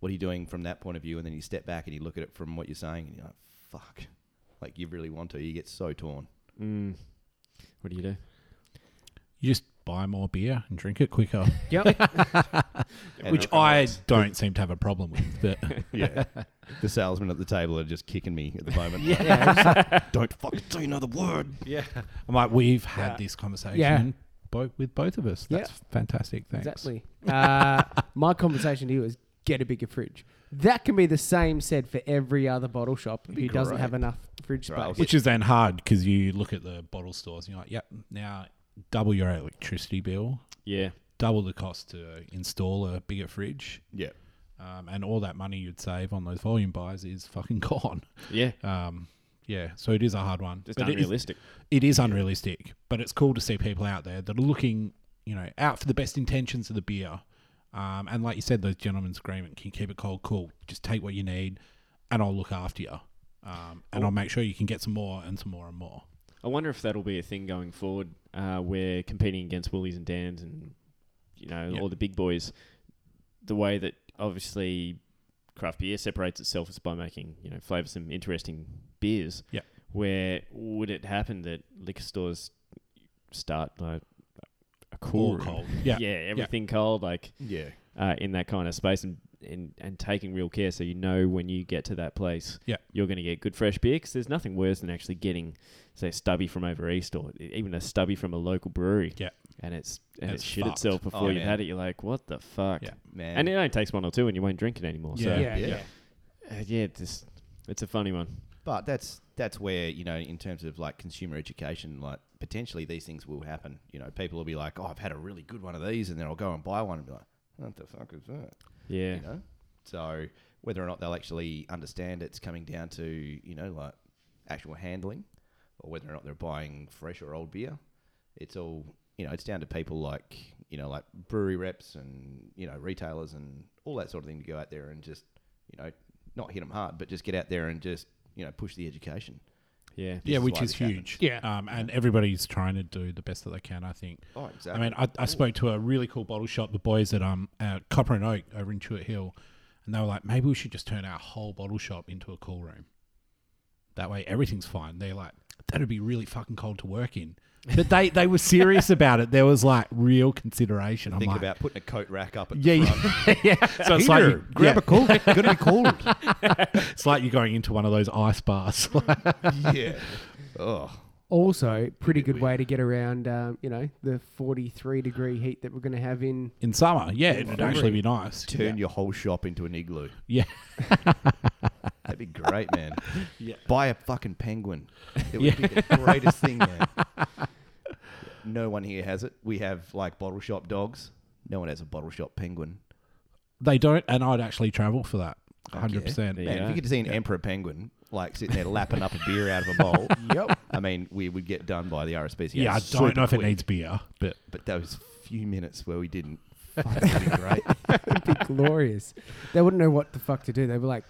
B: what are you doing from that point of view? And then you step back and you look at it from what you're saying, and you're like, fuck, like you really want to. You get so torn.
E: Mm. What do you do?
D: You just buy more beer and drink it quicker,
C: Yep.
B: And
D: which I don't seem to have a problem with. But
B: yeah, the salesmen at the table are just kicking me at the moment.
C: yeah. it's like-
B: don't fucking say another word.
D: I'm like, we've had
C: Yeah.
D: this conversation
C: Yeah.
D: bo- with both of us.
C: Yeah.
D: That's fantastic. Thanks.
C: Exactly. Uh, my conversation to you is get a bigger fridge. That can be the same said for every other bottle shop who doesn't have
B: Great.
C: enough fridge space.
B: Right, I'll
D: Which is then hard because you look at the bottle stores and you're like, yep, now double your electricity bill,
E: Yeah.
D: double the cost to install a bigger fridge,
B: Yeah,
D: um, and all that money you'd save on those volume buys is fucking gone.
E: Yeah.
D: Um, yeah, so it is a hard one.
E: Just
D: But it is-
E: unrealistic.
D: it is unrealistic, but it's cool to see people out there that are looking, you know, out for the best intentions of the beer. Um, and like you said, those gentlemen's agreement can keep it cold, cool. Just take what you need, and I'll look after you, um, and I'll make sure you can get some more and some more and more.
E: I wonder if that'll be a thing going forward, uh, where competing against Woolies and Dan's and you know
D: Yeah.
E: all the big boys, the way that obviously craft beer separates itself is by making you know flavour some interesting beers.
D: Yeah.
E: Where would it happen that liquor stores start like a cool
D: All
E: room?
D: cold, yeah.
E: Yeah, everything cold, like
B: yeah,
E: uh, in that kind of space and, and, and taking real care so you know when you get to that place
D: Yeah.
E: you're going to get good fresh beer because there's nothing worse than actually getting say a stubby from over east or e- even a stubby from a local brewery
D: Yeah.
E: and it's and
D: It's
E: it's it shit
D: fucked.
E: itself before you've
B: man.
E: had it you're like what the fuck
D: Yeah.
B: man.
E: and it only takes one or two and you won't drink it anymore so
C: yeah,
D: Yeah,
C: yeah.
B: yeah.
E: uh, yeah this it's a funny one
B: But that's that's where you know, in terms of like consumer education, like potentially these things will happen. You know, people will be like, "Oh, I've had a really good one of these," and then I'll go and buy one and be like, "What the fuck is that?"
E: yeah
B: You know. So whether or not they'll actually understand it's coming down to you know like actual handling, or whether or not they're buying fresh or old beer, it's all you know. It's down to people like you know like brewery reps and you know retailers and all that sort of thing to go out there and just you know not hit them hard, but just get out there and just you know push the education.
E: yeah
B: This
D: yeah,
B: is
D: which
B: why
D: is
B: this happens.
D: huge.
C: Yeah.
D: um, and everybody's trying to do the best that they can. I think.
B: Oh,
D: I
B: exactly.
D: mean, I, I spoke to a really cool bottle shop, the boys at um at Copper and Oak over in Chewett Hill, and they were like, maybe we should just turn our whole bottle shop into a cool room. That way, everything's fine. They're like, that'd be really fucking cold to work in. But they, they were serious about it. There was like real consideration. I'm
B: Think
D: like,
B: about putting a coat rack up at
D: yeah,
B: the
D: yeah,
B: front.
D: yeah. So it's like you,
A: grab
D: yeah,
A: a cold. Gonna be cold.
D: it's like you're going into one of those ice bars.
B: yeah. Oh,
C: Also, pretty good way to get around, um, you know, the 43 degree heat that we're going to have in.
D: in summer. Yeah, it'd actually be nice.
B: turn your whole shop into an igloo.
D: Yeah.
B: That'd be great, man.
D: Yeah.
B: Buy a fucking penguin. It would be the greatest thing, man. No one here has it. We have like bottle shop dogs. No one has a bottle shop penguin.
D: They don't, and I'd actually travel for that. Hundred
E: There
D: percent.
E: you
B: Man, if
E: go.
B: you could see an emperor penguin like sitting there lapping up a beer out of a bowl, yep. I mean, we would get done by the RSPCA.
D: Yeah, I
B: super
D: don't know if it
B: quick.
D: needs beer, but
B: But those few minutes where we didn't, fucking great.
C: It'd be glorious. They wouldn't know what the fuck to do. They'd be like,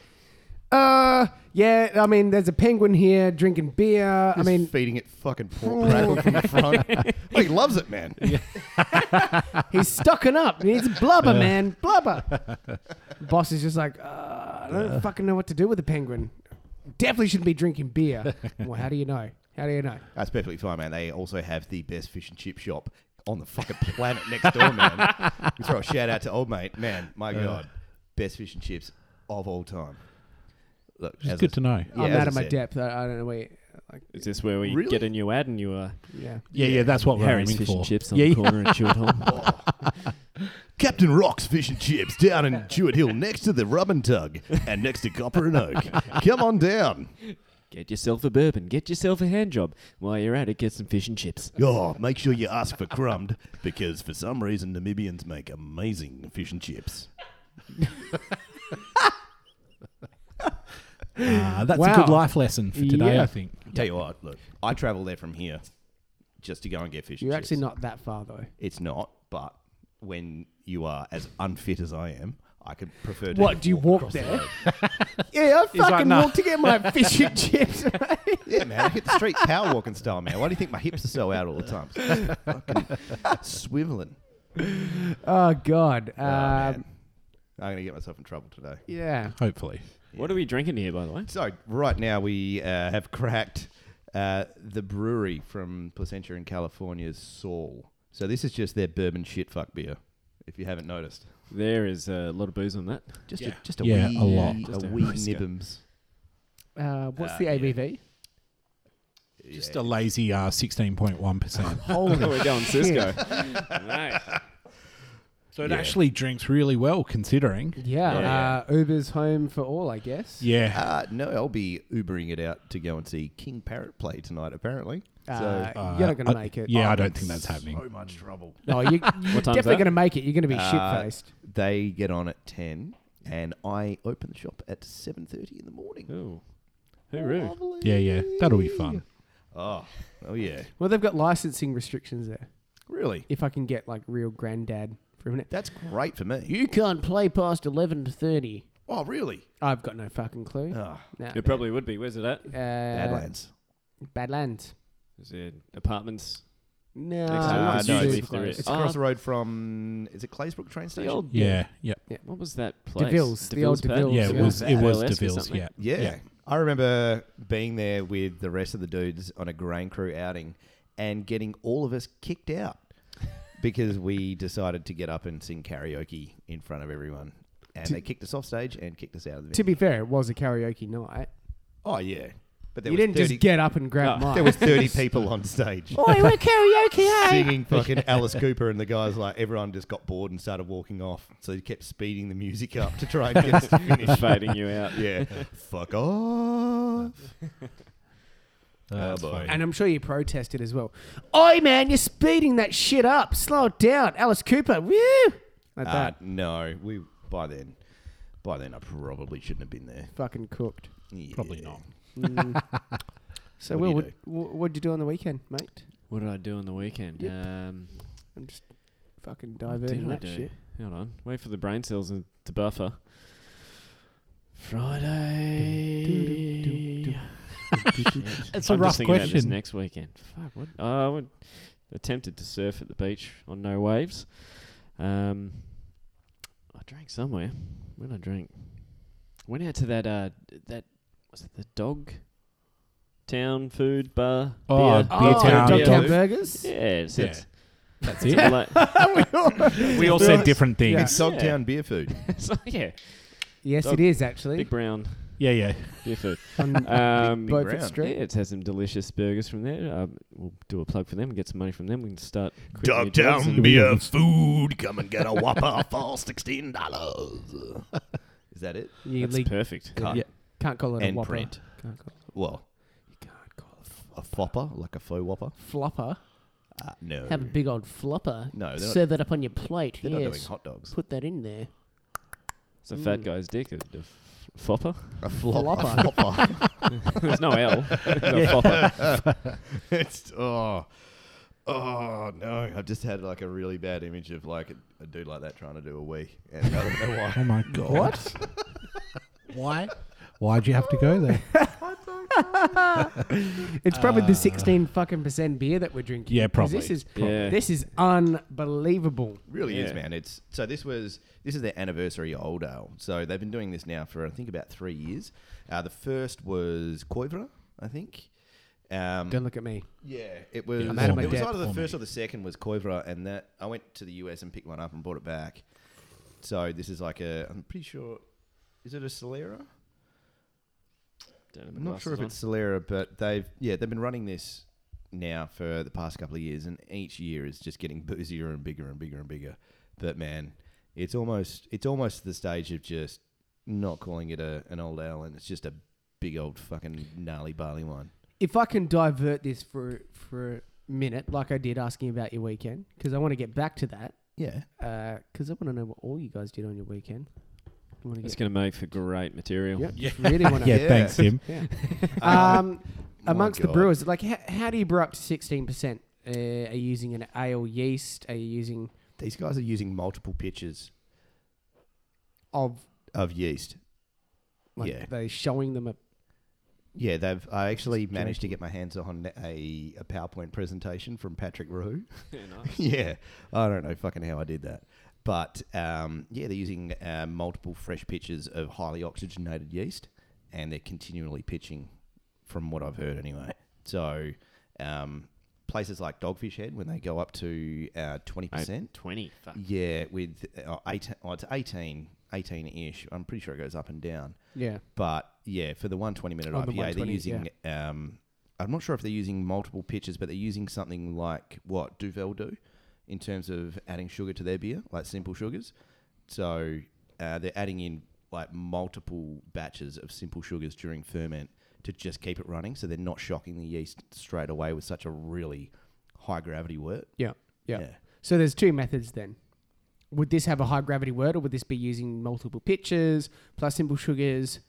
C: uh, yeah, I mean, there's a penguin here drinking beer. I
B: Just
C: mean,
B: feeding it fucking pork rattle from the front. oh, he loves it, man.
C: he's stocking up. He needs blubber, man. Blubber. Boss is just like, uh, I don't fucking know what to do with a penguin. Definitely shouldn't be drinking beer. well, how do you know? How do you know?
B: That's perfectly fine, man. They also have the best fish and chip shop on the fucking planet next door, man. We throw a shout out to old mate, man. My god, best fish and chips of all time. Look,
D: it's
B: as
D: good
B: I-
D: to know.
B: Yeah,
C: I'm
B: as
C: out
B: I
C: of my
B: said,
C: depth. I, I don't know where. Like,
E: Is this where we
B: Really?
E: get a new ad and you are
C: yeah.
D: Yeah, yeah, that's what we're
E: Harry's
D: aiming
E: fish
D: for.
E: and chips on
D: yeah,
E: the
D: yeah.
E: corner in Chewett Hall?
B: Captain Rock's fish and chips down in Jewett Hill, next to the Rub and Tug, and next to Copper and Oak. Come on down.
E: Get yourself a bourbon. Get yourself a hand job. While you're at it, get some fish and chips.
B: Oh, make sure you ask for crumbed because for some reason Namibians make amazing fish and chips.
D: Ah, that's a
C: Wow.
D: good life lesson for today,
C: Yeah.
D: I think.
B: Tell you what, look, I travel there from here just to go and get fish.
C: You're
B: and
C: actually
B: chips.
C: not that far, though.
B: It's not, but when you are as unfit as I am, I could prefer to.
C: What, do you walk
B: across the
C: there?
B: road.
C: Yeah, I
D: like,
C: fucking
D: "Nah."
C: walked to get my fish and chips. mate.
B: yeah, man, I hit the street power walking style, man. Why do you think my hips are so out all the time? Fucking swiveling.
C: oh God.
B: Oh, man.
C: Um,
B: I'm gonna get myself in trouble today.
C: yeah.
D: Hopefully.
E: What are we drinking here, by the way?
B: So right now we uh, have cracked uh, the brewery from Placentia in California's Saul. So this is just their bourbon shit fuck beer. If you haven't noticed,
E: There is a lot of booze on that.
B: just
D: Yeah.
B: a, just a
D: Yeah,
B: wee
D: a lot.
E: Just
B: a,
E: a
B: wee
E: whisker.
B: nibums.
C: Uh, what's
B: Uh,
C: the
B: yeah.
C: ABV?
D: Just
B: Yeah.
D: a lazy uh, 16.1%.
E: Holy we're going Cisco. Mate,
D: so it actually drinks really well considering.
C: Yeah. Uh, Uber's home for all, I guess.
D: Yeah.
B: Uh, no, I'll be Ubering it out to go and see King Parrot play tonight, apparently.
C: Uh,
B: so,
C: you're not
D: Uh,
C: gonna make it. Oh,
D: Yeah, I don't think that's happening.
B: much trouble.
C: No, you, are
E: time's
C: definitely
E: that?
C: gonna make it. You're gonna be
B: Uh,
C: shit faced.
B: They get on at 10, and I open the shop at 7.30 in the morning.
E: Ooh. Who rude?
B: Lovely.
D: Yeah, yeah. That'll be fun.
B: Oh, oh yeah.
C: Well, they've got licensing restrictions there.
B: Really?
C: If I can get like real granddad for a minute,
B: That's great for me.
C: you can't play past eleven to thirty.
B: Oh, really?
C: I've got no fucking clue.
B: Oh,
C: Nah.
E: It probably would be. Where's it at?
C: Uh,
B: Badlands.
C: Badlands.
E: Is it apartments?
C: No,
E: Next
C: I'm
E: time
C: not
E: we
B: it's no,
C: sure.
B: it's-
E: if there is.
B: It's
E: Ah.
B: across the road from, is it Claysbrook train
E: The
B: station?
E: old
D: Yeah, yeah.
E: What was that place?
C: Deville's, the old
E: Pad?
C: Deville's,
D: Yeah, it
C: Yeah.
D: was it was
E: Burlesque or
D: DeVille's,
E: something?
D: yeah.
B: Yeah. I remember being there with the rest of the dudes on a grain crew outing and getting all of us kicked out because we decided to get up and sing karaoke in front of everyone. And they kicked us off stage and kicked us out of the
C: To
B: venue.
C: be fair, it was a karaoke night.
B: Oh, yeah. But there
C: you
B: was
C: didn't
B: 30
C: just get up and grab
E: No.
C: mine.
B: There was 30 people on stage
C: Oi, we're karaoke,
B: singing fucking Alice Cooper and the guys like everyone just got bored and started walking off. So they kept speeding the music up to try and get us to finish.
E: Fading you out.
B: Yeah. Fuck off.
D: That's
B: boy.
D: funny.
C: And I'm sure you protested as well. Oi, man, you're speeding that shit up. Slow it down. Alice Cooper, woo! Like
E: Ah.
B: Uh,
C: that.
B: no, we by then, by then I probably shouldn't have been there.
C: Fucking cooked.
D: Probably
B: Yeah.
D: not.
C: Mm. so,
B: What do
C: Will,
B: you
C: what, what, what'd you do on the weekend, mate?
E: What did I do on the weekend? Um,
C: I'm just fucking
E: what did
C: diverting
E: I
C: that
E: do?
C: shit.
E: Hold on. Wait for the brain cells and- to buffer. Friday.
D: It's
E: a
D: a rough
E: About this
D: question.
E: next weekend. Fuck. What? I would- attempted to surf at the beach on no waves. Um, I drank somewhere. When I drank, went out to that uh that was it the dog town food bar.
D: Oh,
E: beer.
D: Beer Town.
C: Dog
E: Yeah.
C: Town Burgers.
E: Yeah, it's, it's,
D: That's
E: it's
D: it.
E: like-
D: we all said different
C: Yeah.
D: things.
B: It's Sogtown beer food.
E: it's like, yeah,
C: Yes,
E: Dog-
C: it is actually.
E: big brown
D: Yeah, yeah.
E: beer food.
C: on
E: Um,
C: Beaufort
B: brown.
E: yeah,
C: Street.
E: it's had some delicious burgers from there. Um, we'll do a plug for them and get some money from them. We can start. quitting your
A: Dog
E: jobs
A: Town
E: and-
A: beer food. Come and get a whopper for sixteen dollars.
B: Is that it?
C: You
E: That's
C: leak-
E: perfect.
B: Cut.
C: Yeah. Can't call it a
B: And
C: whopper.
B: print.
C: Can't call it.
B: Well,
C: You can't call it
B: a flopper, like a faux whopper.
C: flopper.
B: Uh, no.
C: Have a big old flopper.
B: No, they're not-
C: Serve it up on your plate.
B: They're
C: yes.
B: not doing hot dogs.
C: Put that in there.
E: It's a fat
C: Mm.
E: guy's dick. A, a f- fopper.
B: A flop-
C: Flopper.
B: A flopper.
E: There's no L. It's a fopper.
B: it's oh, oh no! I've just had like a really bad image of like a, a dude like that trying to do a wee, and I don't know why.
D: Oh my god. What? Why? Why'd you have to go there?
C: It's probably
B: Ah.
C: the sixteen fucking percent beer that we're drinking.
D: Yeah,
C: 'Cause
D: probably.
C: This is
E: Yeah.
C: this is unbelievable.
B: Really is,
E: Yeah.
B: man. It's so this was this is their anniversary old ale. So they've been doing this now for I think about three years. Uh, the first was Coivra, I think. Um,
C: Don't look at me.
B: Yeah, it was.
D: Yeah,
C: I'm out of my
B: it was
C: depth.
B: either the
D: For
B: first
D: me.
B: or the second was Coivra, and that I went to the US and picked one up and brought it back. So this is like a. I'm pretty sure. Is it a Solera?
E: Don't have
B: I'm not sure if
E: glasses
B: it's Solera, but they've yeah they've been running this now for the past couple of years, and each year is just getting boozier and bigger and bigger and bigger. But man, it's almost it's almost to the stage of just not calling it a an old ale, and it's just a big old fucking gnarly barley wine.
C: If I can divert this for for a minute, like I did asking about your weekend, because I want to get back to that.
B: Yeah,
C: Because I want to know what all you guys did on your weekend. I
E: on.
C: wanna
E: It's
C: get-
E: going to make for great material.
C: Yep, just really want to.
D: Yeah,
B: Yeah. Oh
D: thanks, Tim.
C: Yeah. Um,
B: My
C: amongst the
B: God.
C: brewers, like how, how do you brew up to sixteen percent? Uh, are you using an ale yeast? Are you using
B: these guys are using multiple pitches
C: of
B: of yeast.
C: like
B: Yeah.
C: they showing them a
B: Yeah, they've. I actually
C: Just
B: managed to
C: joking.
B: get my hands on a, a PowerPoint presentation from Patrick Roux.
E: Yeah, nice.
B: yeah, I don't know fucking how I did that, but um, yeah, they're using uh, multiple fresh pitches of highly oxygenated yeast, and they're continually pitching, from what I've heard anyway. So, um, places like Dogfish Head, when they go up to uh, twenty percent,
E: 20. Fuck.
B: yeah, with uh, eight, oh, it's 18 ish. I'm pretty sure it goes up and down.
C: yeah.
B: But yeah, for the 120 minute
C: Oh, the
B: IPA, they're
C: 120,
B: using. Um, I'm not sure if they're using multiple pitches, but they're using something like what Duvel do in terms of adding sugar to their beer, like simple sugars. So uh, they're adding in like multiple batches of simple sugars during ferment to just keep it running, so they're not shocking the yeast straight away with such a really high gravity wort.
C: Yeah. Yeah. So there's two methods then. Would this have a high gravity word, or would this be using multiple pitches plus simple sugars?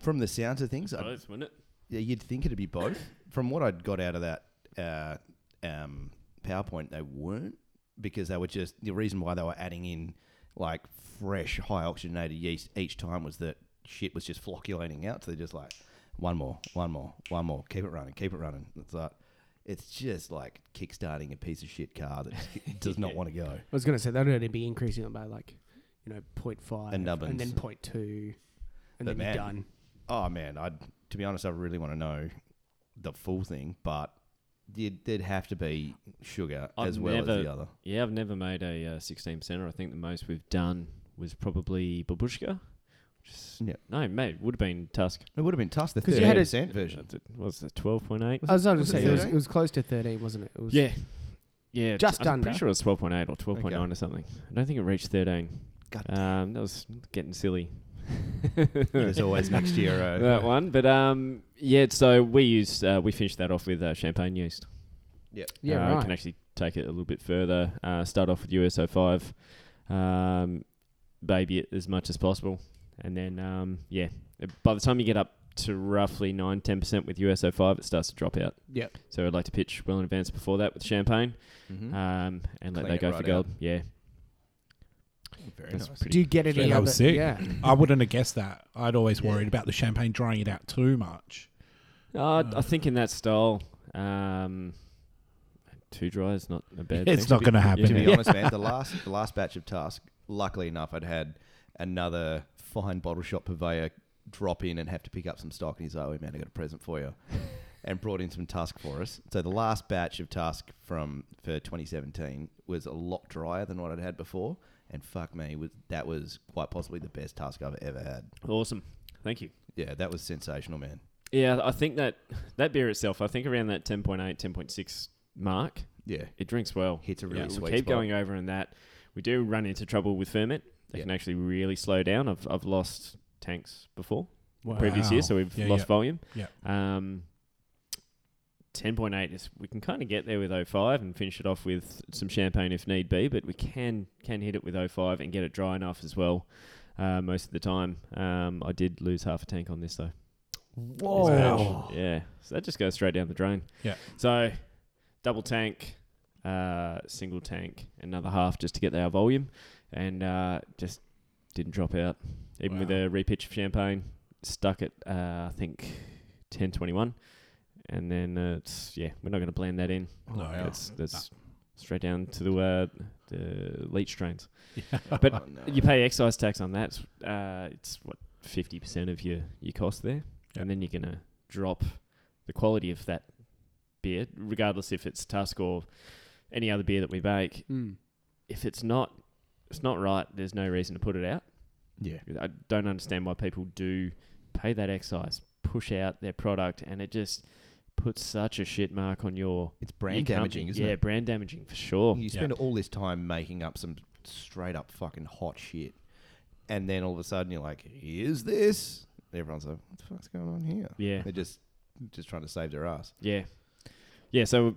B: From the sounds of things, I,
E: Both, wouldn't it?
B: Yeah, you'd think it'd be both. From what I'd got out of that uh, um, PowerPoint, they weren't because they were just the reason why they were adding in like fresh, high oxygenated yeast each time was that shit was just flocculating out. So they're just like, one more, one more, one more, keep it running, keep it running. It's like, it's just like kickstarting a piece of shit car that does not want to go.
C: I was going to say that would only be increasing it by like, you know, 0.5
B: And nubbins.
C: and then 0.2, and
B: But
C: then
B: man.
C: you're done.
B: Oh man, I to be honest, I really want to know the full thing, but there'd, there'd have to be sugar
E: I've
B: as well as
E: never-
B: the other.
E: Yeah, I've never made a uh, 16%er. I think the most we've done was probably babushka. Which is,
B: Yeah.
E: No, mate, would have been Tusk.
B: It would have been Tusk, the
C: 'Cause you had a-
B: 30% version.
E: What Was it 12.8?
C: I was going to
B: was it
C: say it was,
B: 13?
C: it was close to 13, wasn't it? it was,
E: Yeah. Yeah,
C: Just
E: I'm
C: under.
E: pretty sure it was 12.8 or 12.9
B: Okay.
E: or something. I don't think it reached 13.
B: God
E: um, that was getting silly.
B: There's always next year. Uh,
E: that one, but um, yeah. So we used uh, we finished that off with uh, champagne yeast.
C: Yeah,
E: uh,
C: right.
E: We can actually take it a little bit further. Uh, start off with USO five, um, baby it as much as possible, and then um, yeah. By the time you get up to roughly 9 10 percent with USO five, it starts to drop out.
C: Yep.
E: So I'd like to pitch well in advance before that with champagne,
B: Mhm.
E: um, and
B: Clean
E: let that
B: it
E: go
B: right
E: for gold. Yeah,
B: Very
E: that's
B: nice.
E: pretty.
C: Do you get
D: Yeah,
C: any
D: that
C: other?
D: was sick.
C: Yeah.
D: I wouldn't have guessed that. I'd always
B: Yeah.
D: worried about the champagne drying it out too much.
E: Uh, I think in that style, um, too dry is not a bad.
D: It's
E: thing.
D: not going to
E: yeah.
D: happen.
B: To be
E: Yeah.
B: honest, man, the last the last batch of Tusk, luckily enough, I'd had another fine bottle shop purveyor drop in and have to pick up some stock, and he's like, "Oh man, I got a present for you." and brought in some Tusk for us. So the last batch of Tusk from for 2017 was a lot drier than what I'd had before. And fuck me, was that was quite possibly the best Tusk I've ever had.
E: Awesome. Thank you.
B: Yeah, that was sensational, man.
E: Yeah, I think that that beer itself, I think around that 10.8, 10.6 mark,
B: Yeah,
E: it drinks well.
B: Hits a really
E: Yeah, we
B: sweet
E: keep
B: spot.
E: going over in that. We do run into trouble with ferment. They
B: Yeah.
E: can actually really slow down. I've, I've lost tanks before
D: Wow.
E: previous year, so we've
D: Yeah,
E: lost
D: yeah.
E: volume.
D: Yeah.
E: Um, 10.8 is we can kind of get there with 05 and finish it off with some champagne if need be, but we can can hit it with 05 and get it dry enough as well. Uh, most of the time, um, I did lose half a tank on this though.
D: Wow.
E: Yeah, so that just goes straight down the drain.
D: Oh. Yeah.
E: So, double tank, uh, single tank, another half just to get our volume, and uh, just didn't drop out. Even with
D: Wow.
E: a repitch of champagne, stuck at uh, I think ten twenty one, and then uh, it's yeah, we're not going to blend that in.
D: No,
E: That's that's straight down to the uh, the leach trains.
B: Oh,
E: But
B: no.
E: you pay excise tax on that. It's, Uh, it's what fifty percent of your your cost there,
D: Yeah.
E: and then you're gonna drop the quality of that beer, regardless if it's Tusk or any other beer that we make.
B: Hmm.
C: Mm.
E: If it's not, it's not right. There's no reason to put it out.
B: yeah,
E: I don't understand why people do pay that excise, push out their product, and it just puts such a shit mark on your
B: it's
E: your
B: brand
E: company.
B: damaging, isn't
E: yeah,
B: it?
E: brand damaging for sure.
B: You spend all this time making up some straight up fucking hot shit, and then all of a sudden you're like, "Is this?" Everyone's like, "What the fuck's going on here?"
E: Yeah.
B: They're just just trying to save their ass.
E: Yeah. Yeah, so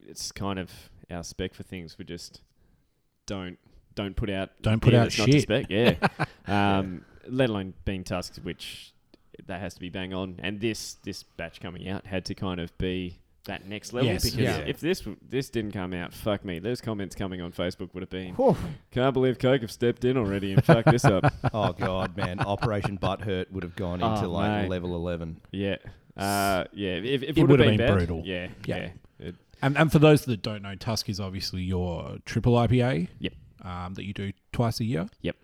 E: it's kind of our spec for things. We just don't don't put out
D: Don't put
E: beer
D: out
E: that's not to
D: shit.
E: spec, yeah. um, let alone being tusks, which that has to be bang on. And this this batch coming out had to kind of be that next level
D: Yes,
E: because
D: yeah.
E: if this w- this didn't come out, fuck me. Those comments coming on Facebook would have been,
C: Whew.
E: "Can't believe Coke have stepped in already and fucked this up."
B: oh god, man! Operation Butthurt would have gone
E: Oh,
B: into like
E: mate.
B: level eleven.
E: Yeah, uh, yeah. If, if it,
D: It
E: would have
D: would've
E: been,
D: been
E: bad,
D: brutal.
E: Yeah,
D: Yeah.
E: yeah. It-
D: And, and for those that don't know, Tusk is obviously your triple IPA.
E: Yep.
D: Um, that you do twice a year.
E: Yep.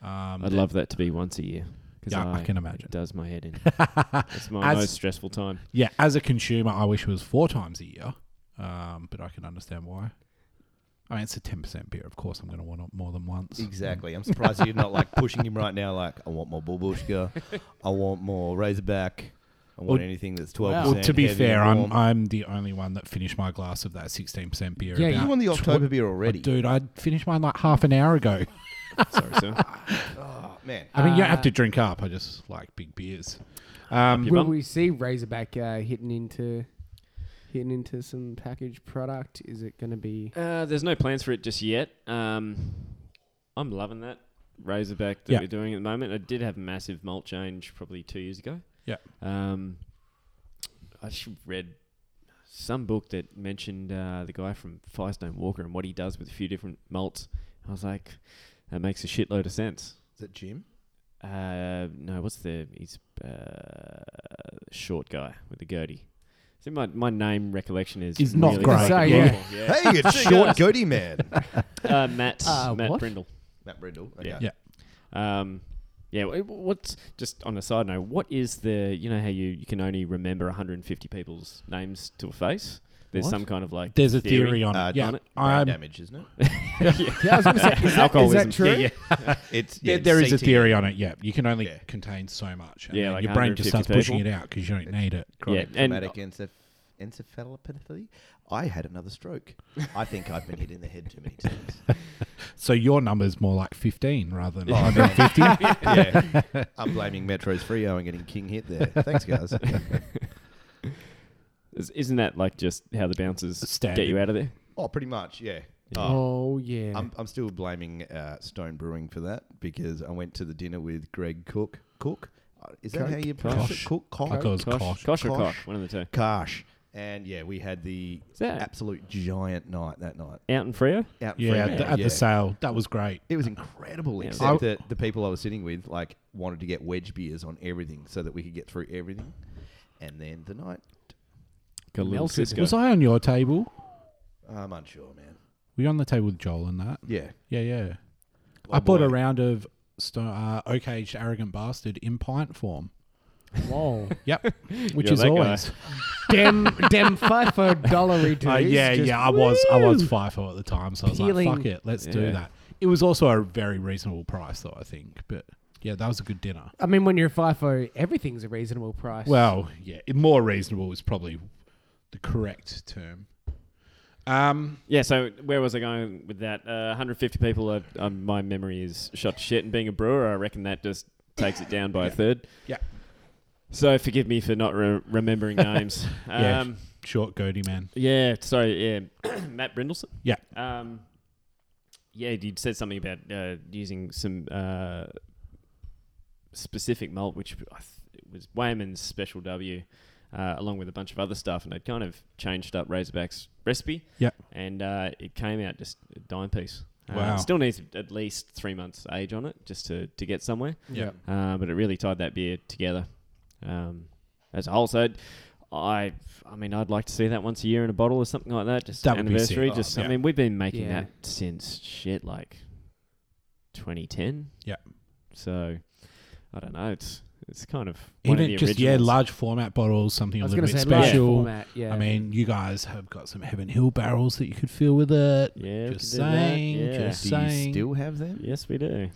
D: Um,
E: I'd love that to be once a year. 'cause
D: Yeah, I can imagine.
E: It does my head in. It's my
D: As-
E: most stressful time.
D: Yeah, as a consumer, I wish it was four times a year, um, but I can understand why. I mean, it's a ten percent beer. Of course, I'm going to want it more than once.
B: Exactly. I'm surprised you're not like pushing him right now. Like, I want more Bubushka. I want more Razorback. I want
D: Well-
B: anything that's twelve
D: Well,
E: Oh.
B: percent.
D: to be fair, I'm I'm the only one that finished my glass of that sixteen percent beer.
C: Yeah,
D: about
B: you on the
D: tw-
B: October beer already,
D: dude. I finished mine like half an hour ago.
E: Sorry, sir.
B: Oh, man.
D: I mean, you don't have to drink up. I just like big beers. Um,
E: your
C: Will
E: bum.
C: we see Razorback uh, hitting into hitting into some packaged product? Is it going to be?
E: Uh, there's no plans for it just yet. Um, I'm loving that Razorback that
D: Yeah.
E: we're doing at the moment. I did have a massive malt change probably two years ago.
D: Yeah.
E: Um, I should read some book that mentioned uh, the guy from Firestone Walker and what he does with a few different malts. I was like, that makes a shitload of sense.
B: Is it Jim?
E: Uh, no, what's the he's uh short guy with the goatee. See, my my name recollection is
D: Is not
E: really
D: great.
E: fucking
C: So,
E: awful.
C: yeah.
E: yeah.
B: Hey, it's short goatee man.
E: Uh, Matt
C: Uh,
E: Matt
C: what?
E: Brindle.
B: Matt Brindle.
E: Yeah.
D: Yeah.
E: Um, yeah. wh- wh- What's just on a side note? What is the you know how you you can only remember 150 people's names to a face? There's
D: What?
E: some kind of like
D: there's a
E: theory.
D: theory, on
B: Uh,
D: it. Yeah,
E: on it.
B: Brain
D: I'm,
B: damage, isn't it?
C: Yeah, I was going to say, is that, is
E: Alcoholism.
C: that true?
E: Yeah, yeah. E.
B: It's yeah,
D: there, there is a
B: CT.
D: theory on it. Yeah, you can only
B: Yeah.
D: contain so much.
E: Yeah,
D: yeah,
E: like
D: your brain just
E: 150
D: starts pushing it
E: people.
D: out because you don't need it.
B: Chronic
E: Yeah, and-
B: traumatic enceph- encephalopathy. I had another stroke. I think I've been hit in the head too many times.
D: So your number's more like 15 rather than
B: Oh,
D: 150.
B: yeah. I'm blaming Metro's Frio and getting king hit there. Thanks, guys.
E: Is- Isn't that like just how the bouncers
D: Standard.
E: get you out of there?
B: oh, pretty much, yeah. Oh,
C: Oh yeah.
B: I'm, I'm still blaming uh, Stone Brewing for that because I went to the dinner with Greg Cook. Cook? Uh, Is that
C: Coke?
B: how you pronounce
D: Kosh.
B: it? Cook? Cock?
D: I thought it was
E: Kosh,
D: Kosh.
E: Kosh or
B: Kosh.
E: Koch, one of the two.
B: Kosh. And yeah, we had the
E: Is that
B: absolute giant night that night.
E: out in Freo?
B: Out in
D: Yeah, at
B: Fremantle,
D: the, at
B: yeah.
D: the sale. That was great.
B: It was incredible,
E: Yeah.
B: except
D: I-
B: that the people I was sitting with like wanted to get wedge beers on everything so that we could get through everything. And then the night,
E: Got a little
C: Melted.
E: Cisco.
D: Was I on your table?
B: I'm unsure, man.
D: Were you on the table with Joel and that?
B: Yeah,
D: Yeah, yeah.
B: Oh,
D: I bought
B: boy.
D: a round of sto- uh, Oak Aged Arrogant Bastard in pint form.
C: Whoa.
D: Yep, which
E: You're
D: is
E: that guy.
D: always.
C: dem, dem FIFO dollary
D: Uh,
C: dues.
D: yeah,
C: just
D: yeah. I was I was
C: woo.
D: FIFO at the time, so I was
C: Peeling.
D: like, fuck it, let's do
E: Yeah.
D: that. It was also a very reasonable price, though I think. But yeah, that was a good dinner.
C: I mean, when you're FIFO, everything's a reasonable price.
D: Well, yeah, it- more reasonable is probably the correct term. Um,
E: Yeah, so where was I going with that? Uh, 150 people, uh, um, my memory is shot to shit. And being a brewer, I reckon that just takes it down by a third.
D: Yeah.
E: So forgive me for not re- remembering names.
D: Yeah.
E: Um,
D: short goatee man.
E: yeah. sorry. Yeah, Matt Brindleson.
D: Yeah.
E: Um, yeah, you said something about uh, using some uh, specific malt, which I th- it was Wayman's Special W, uh, along with a bunch of other stuff, and it kind of changed up Razorback's recipe.
D: Yeah.
E: and uh, it came out just a dime piece. Uh,
D: Wow.
E: it still needs at least three months age on it just to, to get somewhere.
D: Yeah.
E: Uh, but it really tied that beer together um, as a whole. So I, I mean, I'd like to see that once a year in a bottle or something like that. Just
D: That would be sick.
E: anniversary.
D: Oh,
E: Just
D: yeah.
E: I mean, we've been making
C: Yeah.
E: that since shit like 2010.
D: Yeah.
E: So I don't know. It's it's kind of one of
D: Even
E: the
D: just yeah,
E: originals.
D: large format bottles, something
C: I
D: a
C: was
D: little
C: going
D: bit
C: to say
D: special.
C: large format. Yeah.
D: I mean, you guys have got some Heaven Hill barrels that you could fill with it.
E: Yeah, we
D: just
E: could do that.
D: saying,
E: Yeah.
D: just
B: Uh, Do
D: saying.
B: you still have them?
E: Yes, we do.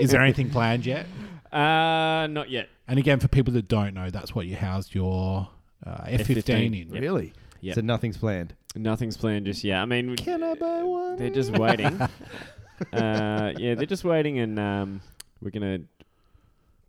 D: Is there anything planned yet?
E: Uh, not yet.
D: And again, for people that don't know, that's what you housed your uh, F15,
E: F15,
D: in.
E: Yep.
B: Really?
E: Yep.
B: So nothing's planned.
E: Nothing's planned just yet. I mean, we-
B: Can I buy one?
E: They're just waiting. uh, yeah, they're just waiting, and um, we're gonna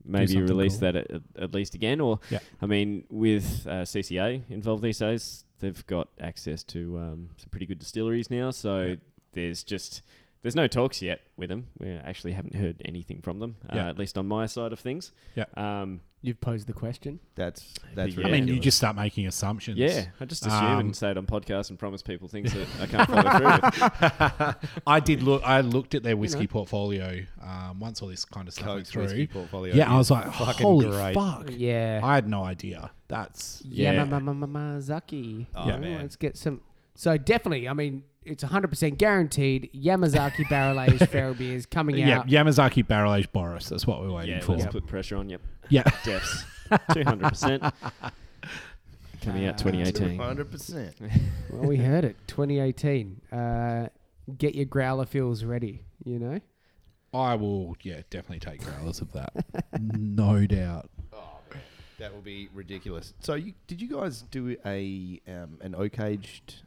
E: maybe
D: something
E: release
D: cool.
E: that at, at least again. Or
D: Yeah.
E: I mean, with uh, CCA involved these days, they've got access to um, some pretty good distilleries now. So there's just there's no talks yet with them. We actually haven't heard anything from them,
D: Yeah.
E: uh, at least on my side of things.
D: Yeah.
E: Um,
C: you've posed the question.
B: That's that's.
E: Yeah.
D: I mean, you
B: ridiculous.
D: just start making assumptions.
E: yeah, I just assume
D: Um,
E: and say it on podcasts and promise people things that I can't follow through with.
D: I did look. I looked at their whiskey portfolio um, once all this kind of stuff went
B: Coke's whiskey
D: through.
B: portfolio.
D: Yeah, I was
B: is
D: like,
B: fucking
D: holy
B: great.
D: fuck!
C: Yeah.
D: I had no idea. That's
E: Yeah.
C: Yamamazaki.
B: Oh,
C: Yeah.
B: man.
C: Let's get some. So definitely, I mean, it's 100% guaranteed Yamazaki barrel aged feral beers coming
D: yeah.
C: out.
D: Yamazaki barrel aged Boris. That's what we're waiting
E: Yeah,
D: for.
E: let's put pressure on. Yep.
D: Yeah.
E: deaths. Two hundred percent. Uh, Coming
B: Ah,
E: out twenty eighteen.
B: 100%.
C: Well, we heard it. 2018. Uh, get your growler fills ready, you know?
D: I will. Yeah, definitely take growlers of that. no doubt.
B: That will be ridiculous. So, you, did you guys do a um, an oak aged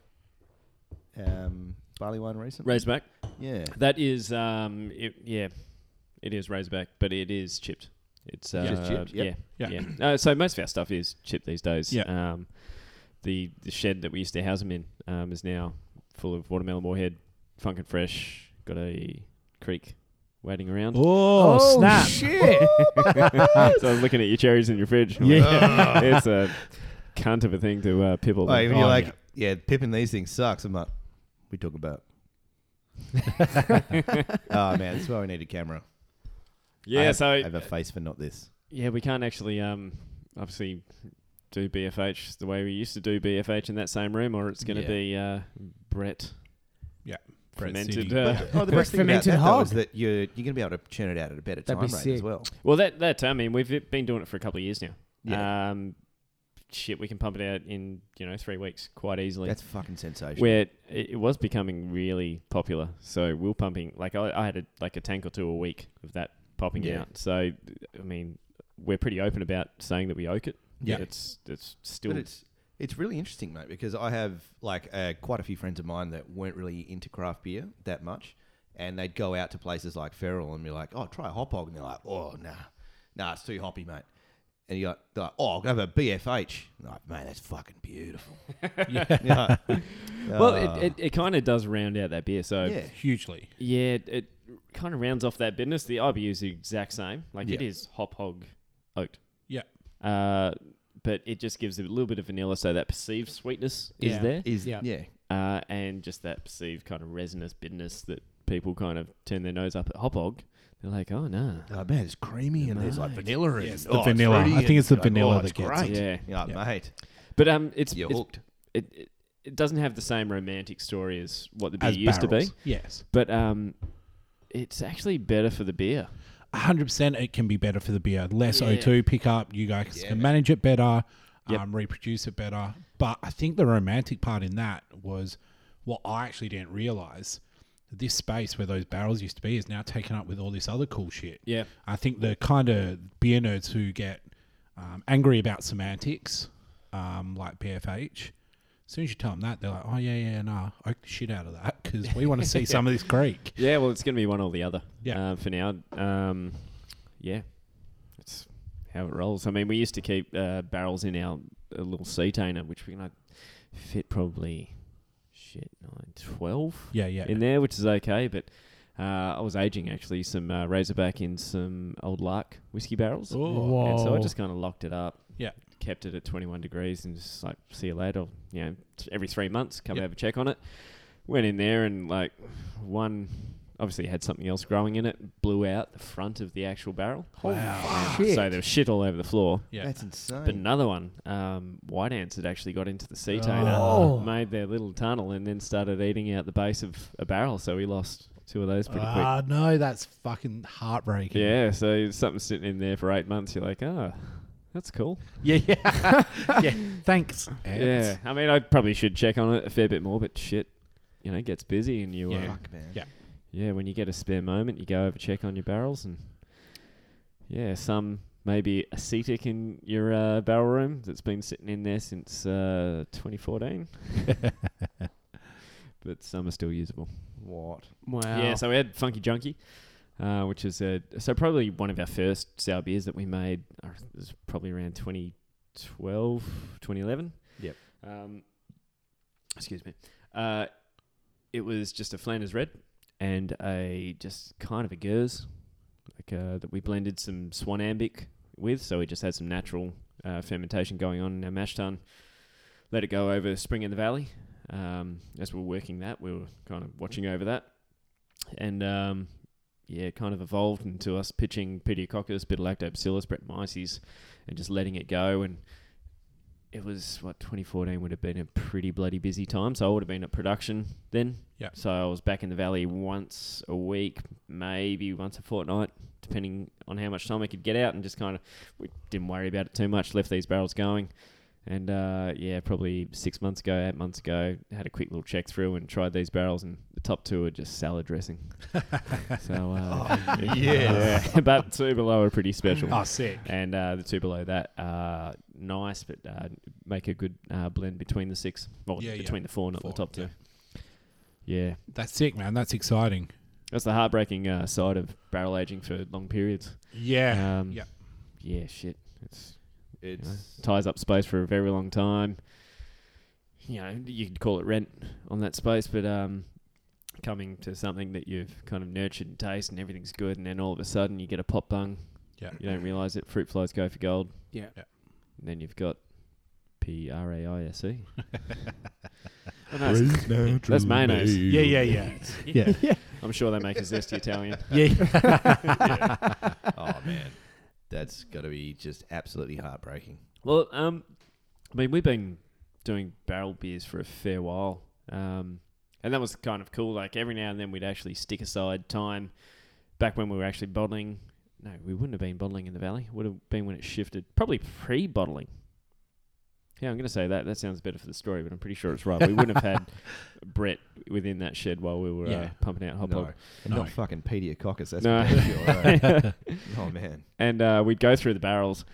B: um, barley wine recently?
E: Razorback.
B: Yeah.
E: That is, um, it, yeah, it is Razorback, but it is chipped. It's uh,
B: Just chipped, yep.
E: yeah,
D: Yeah.
E: yeah. Uh, so most of our stuff is chipped these days.
D: Yeah.
E: Um, the the shed that we used to house them in um, is now full of watermelon warhead, funk and fresh. Got a creek waiting around.
D: Oh, snap!
C: shit.
E: so I was looking at your cherries in your fridge. I'm like,
D: Yeah.
E: it's a cunt of a thing to uh, pibble.
B: Like, when
D: Oh,
B: you're like, yeah. pipping these things sucks. I'm like, we talk about. oh man, that's why we need a camera.
E: yeah,
B: I have,
E: so
B: I have a face for not this.
E: Yeah, we can't actually um, obviously do BFH the way we used to do BFH in that same room, or it's going to
B: Yeah.
E: be uh, Brett
D: Brett
E: fermented.
D: City.
E: Uh,
B: Oh, the best thing about
C: Fermented
B: that though,
C: hog.
B: is that you're you're gonna be able to churn it out at a better
C: That'd
B: time
C: be
B: rate as
C: sick.
B: well.
E: well, that that I mean, we've been doing it for a couple of years now.
C: Uh,
B: Yeah,
E: Um, shit, we can pump it out in you know three weeks quite easily.
B: that's fucking sensational.
E: where it, it was becoming really popular. So we were pumping like I, I had a, like a tank or two a week of that popping
B: Yeah.
E: out. So I mean, we're pretty open about saying that we oak it.
D: Yeah.
E: it's it's still
B: But it's it's really interesting, mate, because I have like uh, quite a few friends of mine that weren't really into craft beer that much, and they'd go out to places like Ferrell and be like, "Oh, try a hop hog," and they're like, "Oh, nah, nah, it's too hoppy, mate." And you're like, they're like, "Oh, I'll have a BFH." And I'm like, man, that's fucking beautiful. yeah.
E: Well, it, it, it kind of does round out that beer. So yeah,
B: yeah,
D: Hugely.
E: it, it kind of rounds off that business. The IBU is the exact same. Like it
B: Yeah.
E: is hop hog oaked.
D: Yeah.
E: Uh, but it just gives it a little bit of vanilla, so that perceived sweetness is
C: Yeah.
E: there,
B: is
C: Yeah.
B: yeah, yeah,
E: uh, and just that perceived kind of resinous bitterness that people kind of turn their nose up at hop hog. They're like, oh no,
B: oh, man, it's creamy and there's like vanilla in
D: Yeah,
B: it.
D: it's the
B: Oh,
D: vanilla. I
B: fruity
D: think
B: and
D: it's the
B: you're like,
D: vanilla
B: oh,
D: that
B: it's
D: gets
B: great.
E: yeah,
B: You're like, mate,
E: but um, it's,
B: you're
E: it's
B: hooked.
E: it, it it doesn't have the same romantic story as what the beer
D: As
E: used to
D: barrels.
E: be,
D: Yes.
E: but um, it's actually better for the beer.
D: 100% it can be better for the beer. Less
E: Yeah.
D: O2 pickup, you guys
B: Yeah,
D: can
B: man.
D: manage it better,
E: Yep.
D: um, reproduce it better. But I think the romantic part in that was what I actually didn't realize. This space where those barrels used to be is now taken up with all this other cool shit.
E: Yeah.
D: I think the kind of beer nerds who get um, angry about semantics, um, like BFH, as soon as you tell them that, they're like, oh, yeah, yeah, nah, oak the shit out of that because we want to see some of this creek.
E: Yeah, well, it's going to be one or the other.
D: Yeah.
E: Uh, for now, um, yeah, it's how it rolls. I mean, we used to keep uh, barrels in our uh, little cetainer, which we can fit probably shit nine twelve
D: Yeah, yeah.
E: in there, which is okay. But uh, I was aging actually some uh, Razorback in some old Lark whiskey barrels,
D: Oh.
E: and so I
C: Whoa.
E: just kind of locked it up.
D: Yeah.
E: kept it at twenty one degrees and just like see you later. Or, you know, t- every three months, come
D: Yep.
E: have a check on it. Went in there and like one obviously had something else growing in it, blew out the front of the actual barrel.
D: Wow.
C: Shit.
E: So there was shit all over the floor.
D: Yeah.
B: That's insane.
E: But another one, um, White Ants had actually got into the sea tainer,
C: Oh.
E: made their little tunnel, and then started eating out the base of a barrel. So we lost two of those pretty quick.
D: Ah, no, that's fucking heartbreaking.
E: Yeah, so something sitting in there for eight months. You're like, ah, that's cool.
D: yeah, yeah. yeah. Thanks.
E: Yeah, I mean, I probably should check on it a fair bit more, but shit, you know, it gets busy, and you, yeah.
D: Yeah.
E: Uh,
B: Fuck, man.
D: Yeah.
E: yeah, when you get a spare moment, you go over check on your barrels, and yeah, some maybe acetic in your uh, barrel room that's been sitting in there since uh, 2014, but some are still usable.
B: What?
C: Wow.
E: Yeah, so we had Funky Junkie, uh, which is a, so probably one of our first sour beers that we made. uh, It was probably around 2012, 2011.
B: Yep.
E: Um, excuse me. Uh, it was just a Flanders Red and a just kind of a Gers like, uh, that we blended some Swan Ambic with. So we just had some natural uh, fermentation going on in our mash tun. Let it go over Spring in the Valley. Um, as we were working that, we were kind of watching over that and um, yeah, it kind of evolved into us pitching Pediococcus, Bidolactobacillus, Brettanomyces, and just letting it go. And it was what 2014 would have been a pretty bloody busy time, so I would have been at production then.
D: Yeah.
E: So I was back in the valley once a week, maybe once a fortnight, depending on how much time I could get out, and just kind of we didn't worry about it too much. Left these barrels going. And uh, yeah, probably six months ago, eight months ago, had a quick little check through and tried these barrels, and the top two are just salad dressing. so uh, yeah,
B: yes.
E: Yeah. but two below are pretty special,
D: Oh, sick.
E: and uh, the two below that are nice, but uh, make a good uh, blend between the six, well,
D: Yeah, yeah.
E: between the four, not
D: Four,
E: the top
D: yeah.
E: two. Yeah,
D: That's sick, man. That's exciting.
E: that's the heartbreaking uh, side of barrel aging for long periods.
D: Yeah.
E: Um,
D: yeah.
E: Yeah, shit, it's
B: It's
E: know, ties up space for a very long time. You know, you could call it rent on that space, but um, coming to something that you've kind of nurtured and taste and everything's good, and then all of a sudden you get a pop bung,
D: Yeah.
E: you don't realize it. Fruit flies go for gold.
C: Yeah.
D: Yeah.
E: And then you've got P R A I S E.
A: Praise natural
E: That's mayonnaise.
A: babe.
D: Yeah, yeah, yeah. Yeah.
E: I'm sure they make a zesty Italian.
B: oh man, that's got to be just absolutely heartbreaking.
E: Well, um, I mean, we've been doing barrel beers for a fair while, um, and that was kind of cool. Like every now and then, we'd actually stick aside time. Back when we were actually bottling, no, we wouldn't have been bottling in the valley. Would have been when it shifted, probably pre-bottling. Yeah, I'm going to say that. That sounds better for the story, but I'm pretty sure it's right. We wouldn't have had Brett within that shed while we were uh,
D: Yeah.
E: pumping out hot
B: no,
E: dog.
B: And
D: No.
B: not fucking pediococcus. That's
E: No.
B: no. for damn sure. oh man,
E: and uh, we'd go through the barrels.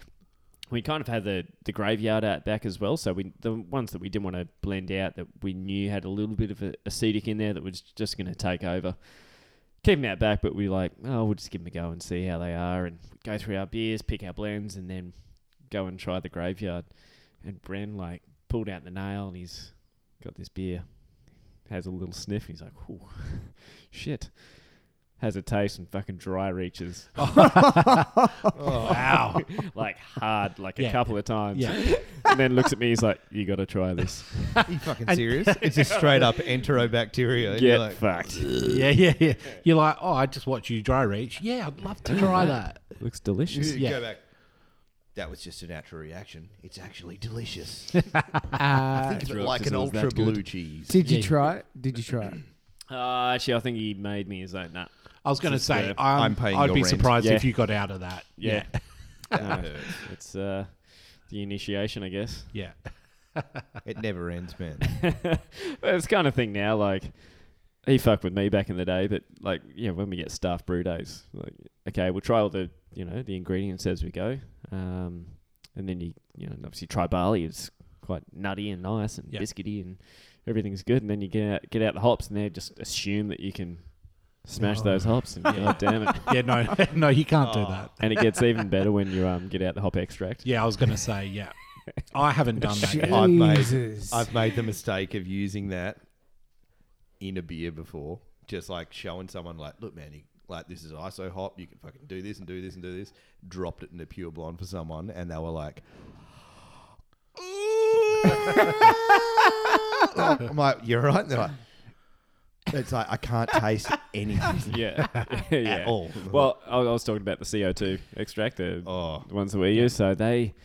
E: We kind of had the, the graveyard out back as well, so we the ones that we didn't want to blend out that we knew had a little bit of a, acetic in there that was just going to take over. Keep them out back, but we like, oh, we'll just give them a go and see how they are, and go through our beers, pick our blends, and then go and try the graveyard. And Bren like pulled out the nail, and he's got this beer, has a little sniff, and he's like, Ooh, shit, has a taste and fucking dry reaches
D: Wow.
E: like hard, like
D: Yeah.
E: a couple of times.
D: Yeah.
E: And then looks at me, he's like, You gotta try this.
B: are you fucking serious? it's just straight up enterobacteria. and you're
E: Get
B: like,
E: fucked.
D: Yeah, yeah, yeah. You're like, oh, I just watched you dry reach. Yeah, I'd love to try that.
E: Looks delicious.
D: Yeah.
B: Go back. That was just a natural reaction. It's actually delicious.
C: Uh,
B: Think of it
E: Throw up
B: like
E: just
B: an
E: was that
B: ultra
E: good.
B: blue cheese.
C: did you
D: Yeah.
C: try it? Did you try it?
E: Uh, actually, I think he made me his own nut.
D: I was going to
E: Just,
D: say,
E: uh,
D: I'm,
B: I'm paying
D: I'd
B: your
D: be
B: rent.
D: surprised if
E: Yeah.
D: you got out of that.
E: Yeah.
D: yeah.
E: Uh, it's uh, the initiation, I guess.
D: yeah.
B: It never ends, man.
E: Well, it's kind of thing now, like he fucked with me back in the day, but like yeah, when we get staff brew days, like okay, we'll try all the you know the ingredients as we go, um, and then you you know obviously try barley. It's quite nutty and nice and
D: Yeah.
E: biscuity and everything's good, and then you get out, get out the hops, and they just assume that you can smash
D: Oh.
E: those hops, and god damn it,
D: Yeah, no, no, you can't do that.
E: and it gets even better when you um get out the hop extract.
D: Yeah, I was going to say, yeah. I haven't done that yet.
B: I've made-
C: Jesus.
B: I've made the mistake of using that in a beer before, just like showing someone, like, look, man, you, like this is ISO hop. You can fucking do this and do this and do this. Dropped it into pure blonde for someone, and they were like, "Oh." I'm like, you're right. And they're like, it's like I can't taste anything
E: Yeah, yeah.
B: at all.
E: Well, I I was talking about the CO two extract, the
B: oh,
E: the ones that we use. So they,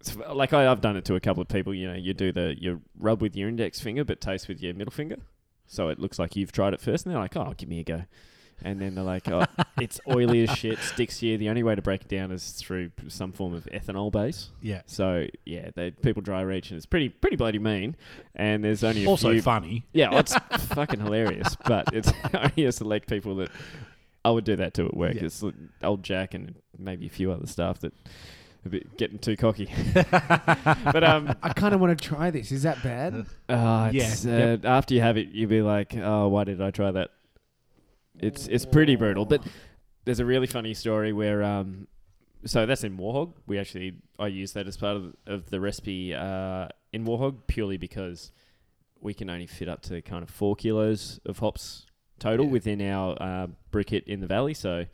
E: it's f- like I, I've done it to a couple of people. You know, you do the you rub with your index finger, but taste with your middle finger, so it looks like you've tried it first. And they're like, "Oh, give me a go," and then they're like, "Oh, it's oily as shit, sticks here." The only way to break it down is through p- some form of ethanol base.
D: Yeah.
E: So yeah, they people dry reach, and it's pretty pretty bloody mean. And there's only a
D: Also
E: few,
D: funny.
E: yeah, well, it's fucking hilarious, but it's only a select people that I would do that to at work.
D: Yeah.
E: It's like old Jack and maybe a few other staff that are a bit getting too cocky. but um,
C: I kind of want to try this. Is that bad?
E: uh, it's,
D: Yeah,
E: uh,
D: yep.
E: after you have it, you'll be like, oh, why did I try that? It's it's pretty brutal. But there's a really funny story where um, so that's in Warhog. We actually I use that as part of, of the recipe uh, in Warhog purely because we can only fit up to kind of four kilos of hops total
B: Yeah.
E: within our uh, brew kit in the valley. So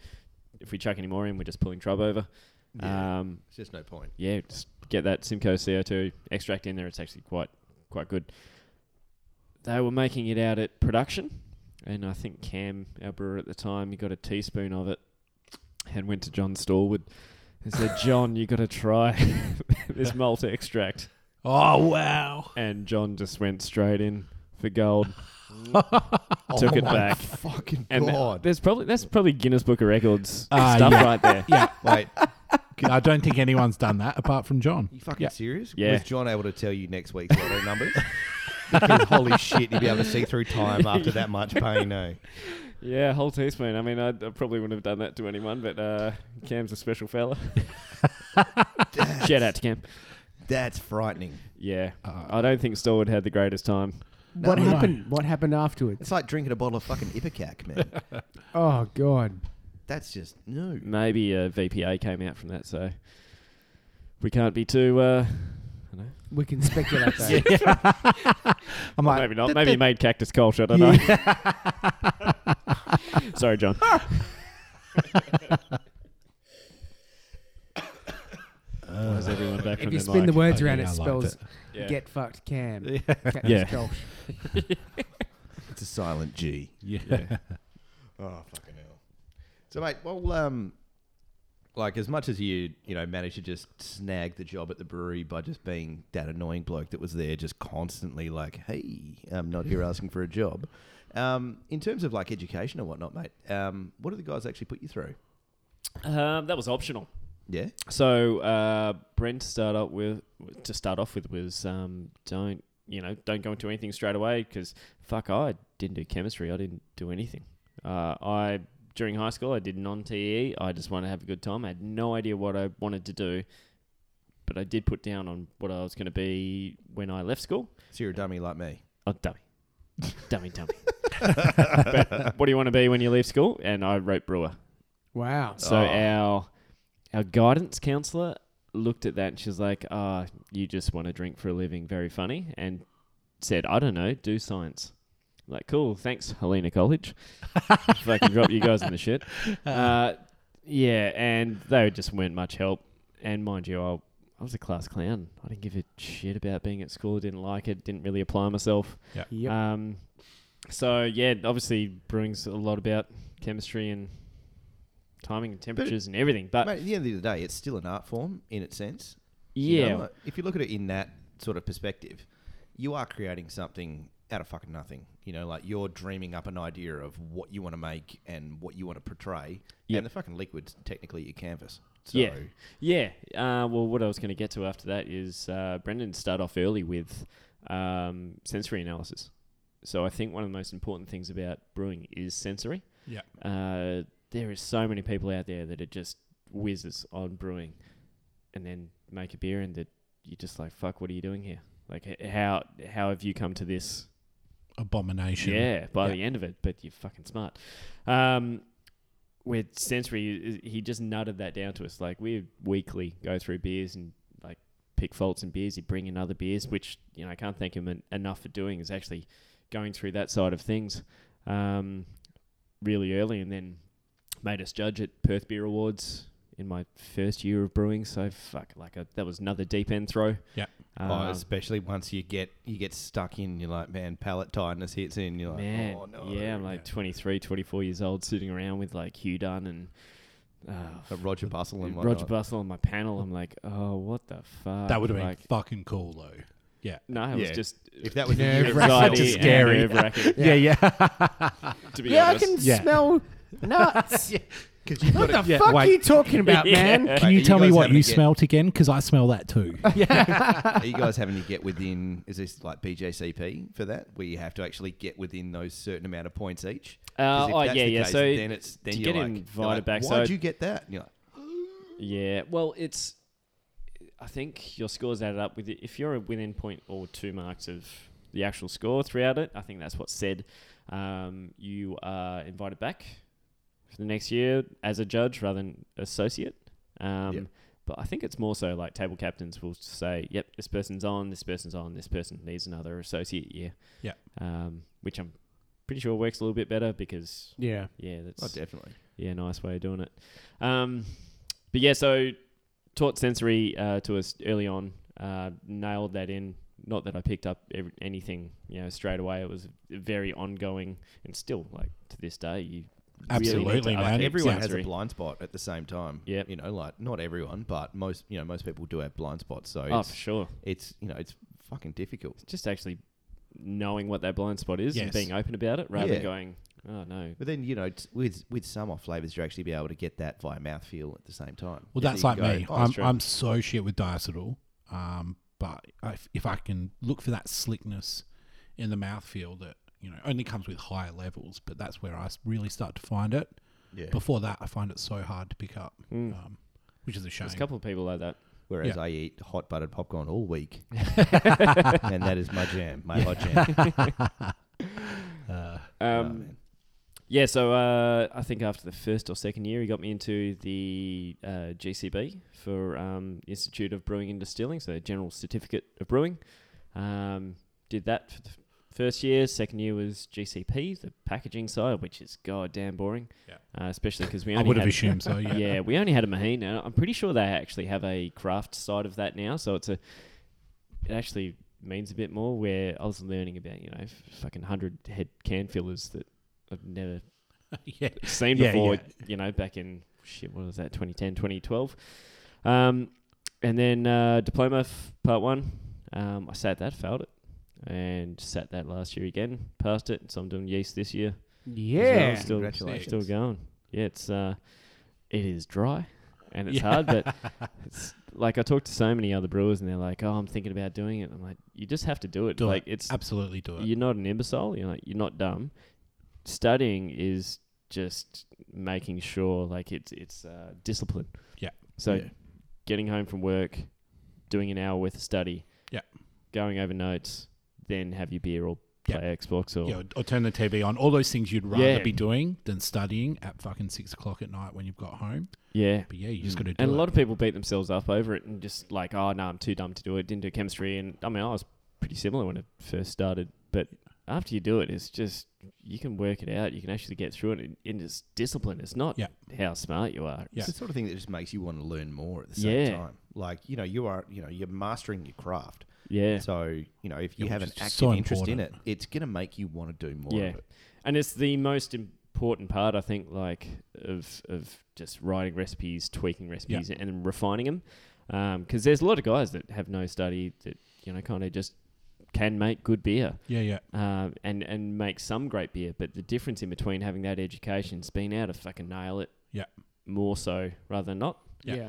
E: if we chuck any more in, we're just pulling trub over.
B: yeah,
E: Um,
B: it's just no point.
E: yeah, just get that Simcoe CO2 extract in there. It's actually quite quite good. They were making it out at production, and I think Cam, our brewer at the time, he got a teaspoon of it and went to John Stallwood and said, "John, you got to try this malt extract."
D: Oh, wow.
E: And John just went straight in for gold,
B: oh
E: took it
B: my
E: back,
B: Fucking
E: and th-
B: god!
E: there's probably that's probably Guinness Book of Records
D: Ah,
E: stuff
D: yeah.
E: right there.
D: Yeah.
B: Wait,
D: I don't think anyone's done that apart from John.
B: You fucking
E: Yeah.
B: serious?
E: Yeah.
B: Was John able to tell you next week's lotto numbers? Because holy shit, you'd be able to see through time after that much pain, eh? no.
E: Yeah, whole teaspoon. I mean, I, I probably wouldn't have done that to anyone, but uh, Cam's a special fella. Shout out to Cam.
B: That's frightening.
E: Yeah, I don't think Stallwood had the greatest time.
C: what
D: no.
C: happened? What happened afterwards?
B: It's like drinking a bottle of fucking Ipecac, man.
C: Oh God.
B: That's just no.
E: Maybe a VPA came out from that, so we can't be too. Uh, I don't know.
C: We can speculate that.
D: I'm like,
E: maybe not. Maybe he made cactus Kolsch. I don't know. Sorry, John. Why is everyone back
C: If
E: from
C: you
E: their
C: spin the
E: mic?
C: words
D: Oh,
C: around,
D: yeah,
C: it
D: I liked
C: spells
E: Yeah.
C: "get fucked Cam."
E: Yeah.
B: It's a silent G.
D: yeah.
B: Oh fucking hell. So mate, well um like as much as you, you know, managed to just snag the job at the brewery by just being that annoying bloke that was there just constantly like, Hey, I'm not here asking for a job. Um, in terms of like education and whatnot, mate, um, what do the guys actually put you through?
E: Um, that was optional.
B: Yeah.
E: So uh, Brent to start up with to start off with was um, don't you know don't go into anything straight away because fuck I didn't do chemistry I didn't do anything uh, I during high school I did non TE I just wanted to have a good time I had no idea what I wanted to do but I did put down on what I was going to be when I left school
B: So you're a dummy like me.
E: Oh, dummy. dummy, dummy. but what do you want to be when you leave school? And I wrote brewer.
C: Wow.
E: So
B: Oh.
E: our our guidance counselor looked at that and she's like, "Ah, you just want to drink for a living. Very funny." And said, "I don't know, do science." I'm like, cool. Thanks, Helena College. if I can drop you guys in the shit. Uh, yeah, and they just weren't much help. And mind you, I, I was a class clown. I didn't give a shit about being at school. Didn't like it. Didn't really apply myself.
C: Yep.
E: Um, so yeah, obviously brewing's a lot about chemistry and timing and temperatures and everything. But
B: Mate, at the end of the day, it's still an art form in its sense. You
E: yeah,
B: know, like, if you look at it in that sort of perspective, you are creating something out of fucking nothing. You know, like you're dreaming up an idea of what you want to make and what you want to portray.
E: Yep.
B: And the fucking liquid's technically your canvas. So,
E: Yeah. Yeah. Uh, well, what I was going to get to after that is uh, Brendan started off early with um, sensory analysis. So I think one of the most important things about brewing is sensory.
D: Yeah.
E: Uh, there is so many people out there that are just whizzes on brewing, and then make a beer, and that you're just like, "Fuck, what are you doing here? Like, h- how how have you come to this
D: Abomination.
E: yeah, by
D: Yeah.
E: the end of it, but you're fucking smart. Um, with sensory, he just nutted that down to us. Like we weekly go through beers and like pick faults in beers. He'd bring in other beers, which you know I can't thank him en- enough for doing. Is actually going through that side of things um, really early, and then made us judge at Perth Beer Awards in my first year of brewing. So fuck, like I, that was another deep end throw.
D: Yeah.
B: Oh,
E: Um,
B: especially once you get you get stuck in, you're like, man, palate tightness hits in. You're like,
E: Man,
B: oh no.
E: yeah, I'm like 23, 24 years old, sitting around with like Hugh Dunn and uh,
B: But Roger Bustle and
E: Roger
B: whatnot.
E: Bustle on my panel. I'm like, oh, what the fuck?
D: That would have been
E: like,
D: fucking cool though.
E: no, it
B: Yeah.
E: was just
B: If that was the
D: Nerve
B: year-
D: wracking.
E: anxiety
D: Just
E: and
D: scary.
E: nerve-wracking,
C: Yeah.
D: yeah.
E: to be
C: Yeah, I
E: honest.
C: can
D: Yeah.
C: smell nuts.
D: Because you
C: What
D: gotta-
C: the
D: yeah,
C: fuck
D: wait.
C: are you talking about,
E: Yeah. Uh,
C: man?
D: Can
B: Wait,
D: you
B: are
D: tell
B: guys
D: me what
B: having
D: you
B: to get-
D: smelt again? Because I smell that too.
B: Are you guys having to get within? Is this like BJCP for that, where you have to actually get within those certain amount of points each? 'Cause
E: Uh,
B: if
E: oh
B: that's
E: yeah,
B: the
E: yeah.
B: case,
E: So
B: then it's then
E: to
B: you're
E: get
B: like,
E: invited
B: they're like,
E: back,
B: Why'd
E: so-
B: you get that? And you're like,
E: yeah, well, it's. I think your scores added up with it. if you're within point or two marks of the actual score throughout it. I think that's what's said. Um, you are invited back for the next year as a judge rather than associate. Um,
B: Yep.
E: But I think it's more so like table captains will say, "Yep, this person's on, this person's on, this person needs another associate year."
D: Yep.
E: Um, which I'm pretty sure works a little bit better because
C: Yeah.
E: yeah, that's
B: oh, definitely.
E: yeah, nice way of doing it. Um, but yeah, so taught sensory uh, to us early on, uh, nailed that in. Not that I picked up every, anything, you know, straight away. It was very ongoing, and still like to this day, you
D: Absolutely,
E: really
D: man.
B: Everyone has
E: sensory.
B: a blind spot at the same time.
E: Yep.
B: you know, like not everyone, but most you know most people do have blind spots. So
E: Oh,
B: it's,
E: for sure.
B: it's you know it's fucking difficult.
E: Just actually knowing what that blind spot is and
D: Yes.
E: being open about it, rather
B: Yeah.
E: than going, oh no,
B: But then you know, t- with with some off flavors, you actually be able to get that via mouthfeel at the same time. So
D: Well, that's
B: you
D: like
B: go,
D: me.
B: "Oh,
D: I'm,
E: true.
D: I'm so shit with diacetyl. Um, but if, if I can look for that slickness in the mouthfeel that, you know, only comes with higher levels, but that's where I s- really start to find it.
B: yeah.
D: Before that, I find it so hard to pick up,
E: Mm.
D: um, which is a shame.
E: there's a couple of people like that.
B: Whereas
D: Yeah.
B: I eat hot buttered popcorn all week, and that is my jam, my hot jam.
D: Uh,
B: Oh,
E: Um,
B: man.
E: Yeah, so uh, I think after the first or second year, he got me into the uh, GCB for um, Institute of Brewing and Distilling, so General Certificate of Brewing. Um, did that for the f- first year. Second year was GCP, the packaging side, which is goddamn boring.
D: Yeah.
E: Uh, especially because we
D: I
E: only
D: would have
E: had-
D: assumed so, yeah.
E: yeah. we only had a Mahine. and I'm pretty sure they actually have a craft side of that now. So it's a, it actually means a bit more. Where I was learning about you know f- fucking hundred head can fillers that I've never
D: yeah.
E: seen
D: Yeah,
E: before.
D: yeah.
E: You know, back in shit, what was that? 2010, 2012. Um, and then uh, diploma f- part one. Um, I sat that, failed it, and sat that last year again, passed it. So I'm doing yeast this year. as well.
C: Yeah.
E: still,
B: Congratulations.
E: still going. Yeah, it's uh, it is dry and it's
D: Yeah.
E: hard, but it's like I talk to so many other brewers and they're like, "Oh, I'm thinking about doing it." I'm like, "You just have to do it.
D: Do
E: like
D: it.
E: it's
D: Absolutely do it.
E: you're not an imbecile. You're like you're not dumb. Studying is just making sure like it's it's uh, discipline.
D: Yeah.
E: So
A: Yeah.
E: getting home from work, doing an hour worth of study.
D: Yeah.
E: Going over notes, then have your beer or
D: Yeah.
E: play Xbox or
D: Yeah, or, or turn the TV on. All those things you'd rather
E: Yeah.
D: be doing than studying at fucking six o'clock at night when you've got home.
E: yeah.
D: But yeah, you just got to do
E: Hmm. And
D: it.
E: a lot of people beat themselves up over it and just like, oh no, I'm too dumb to do it. Didn't do chemistry, and I mean, I was pretty similar when I first started. But after you do it, it's just you can work it out. You can actually get through it in, in just discipline. It's not
D: Yeah.
E: how smart you are.
D: Yeah.
B: It's the sort of thing that just makes you want to learn more at the same
E: Yeah.
B: time. Like you know, you are you know you're mastering your craft.
E: Yeah.
B: So you know, if you
D: Yeah,
B: have an
D: which is
B: active
D: so
B: interest in it,
D: important.
B: it's going to make you want to do more.
E: yeah.
B: Of it.
E: And it's the most important part, I think, like of of just writing recipes, tweaking recipes, and Um, and refining them. Because there's a lot of guys that have no study that you know kind of just can make good beer
D: Yeah, yeah.
E: uh, and and make some great beer. But the difference in between having that education is being able to fucking nail it.
D: Yeah.
E: More so rather than not.
D: Yeah.
C: yeah.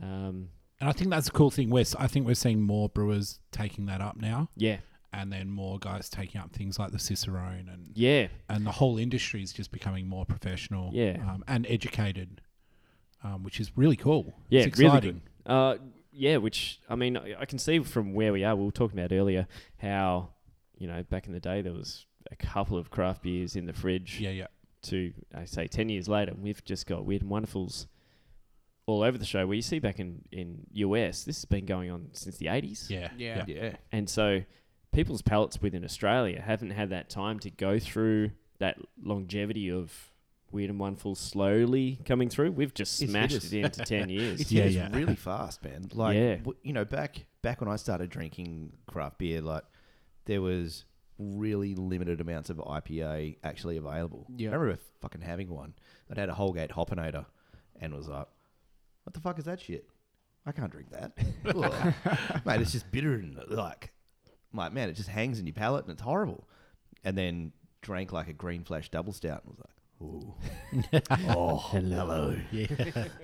E: Um,
D: And I think that's a cool thing. We're, s- I think we're seeing more brewers taking that up now,
E: yeah.
D: and then more guys taking up things like the Cicerone, and
E: Yeah.
D: and the whole industry is just becoming more professional,
E: Yeah.
D: um, and educated, um, which is really cool.
E: Yeah.
D: it's
E: really
D: exciting.
E: good. Uh, yeah. Which I mean, I I can see from where we are. We were talking about earlier how you know back in the day there was a couple of craft beers in the fridge.
D: Yeah, yeah,
E: to I say ten years later, we've just got weird and wonderfuls all over the show. Where you see back in in US, this has been going on since the eighties,
D: yeah,
C: Yeah.
B: Yeah.
E: and so people's palates within Australia haven't had that time to go through that longevity of weird and wonderful slowly coming through. We've just
B: It's hit
E: smashed
B: us.
E: it into ten years.
B: It's
D: Yeah,
B: yeah,
D: yeah.
B: really fast, man. Like
E: Yeah.
B: w- you know, back back when I started drinking craft beer, like there was really limited amounts of IPA actually available.
C: Yeah.
B: I remember fucking having one. I'd had a Holgate Hoppinator and was like, What the fuck is that shit? I can't drink that. Ugh. Mate, it's just bitter and like I'm like, man, it just hangs in your palate and it's horrible. And then drank like a green flash double stout and was like, Ooh.
A: Oh, hello.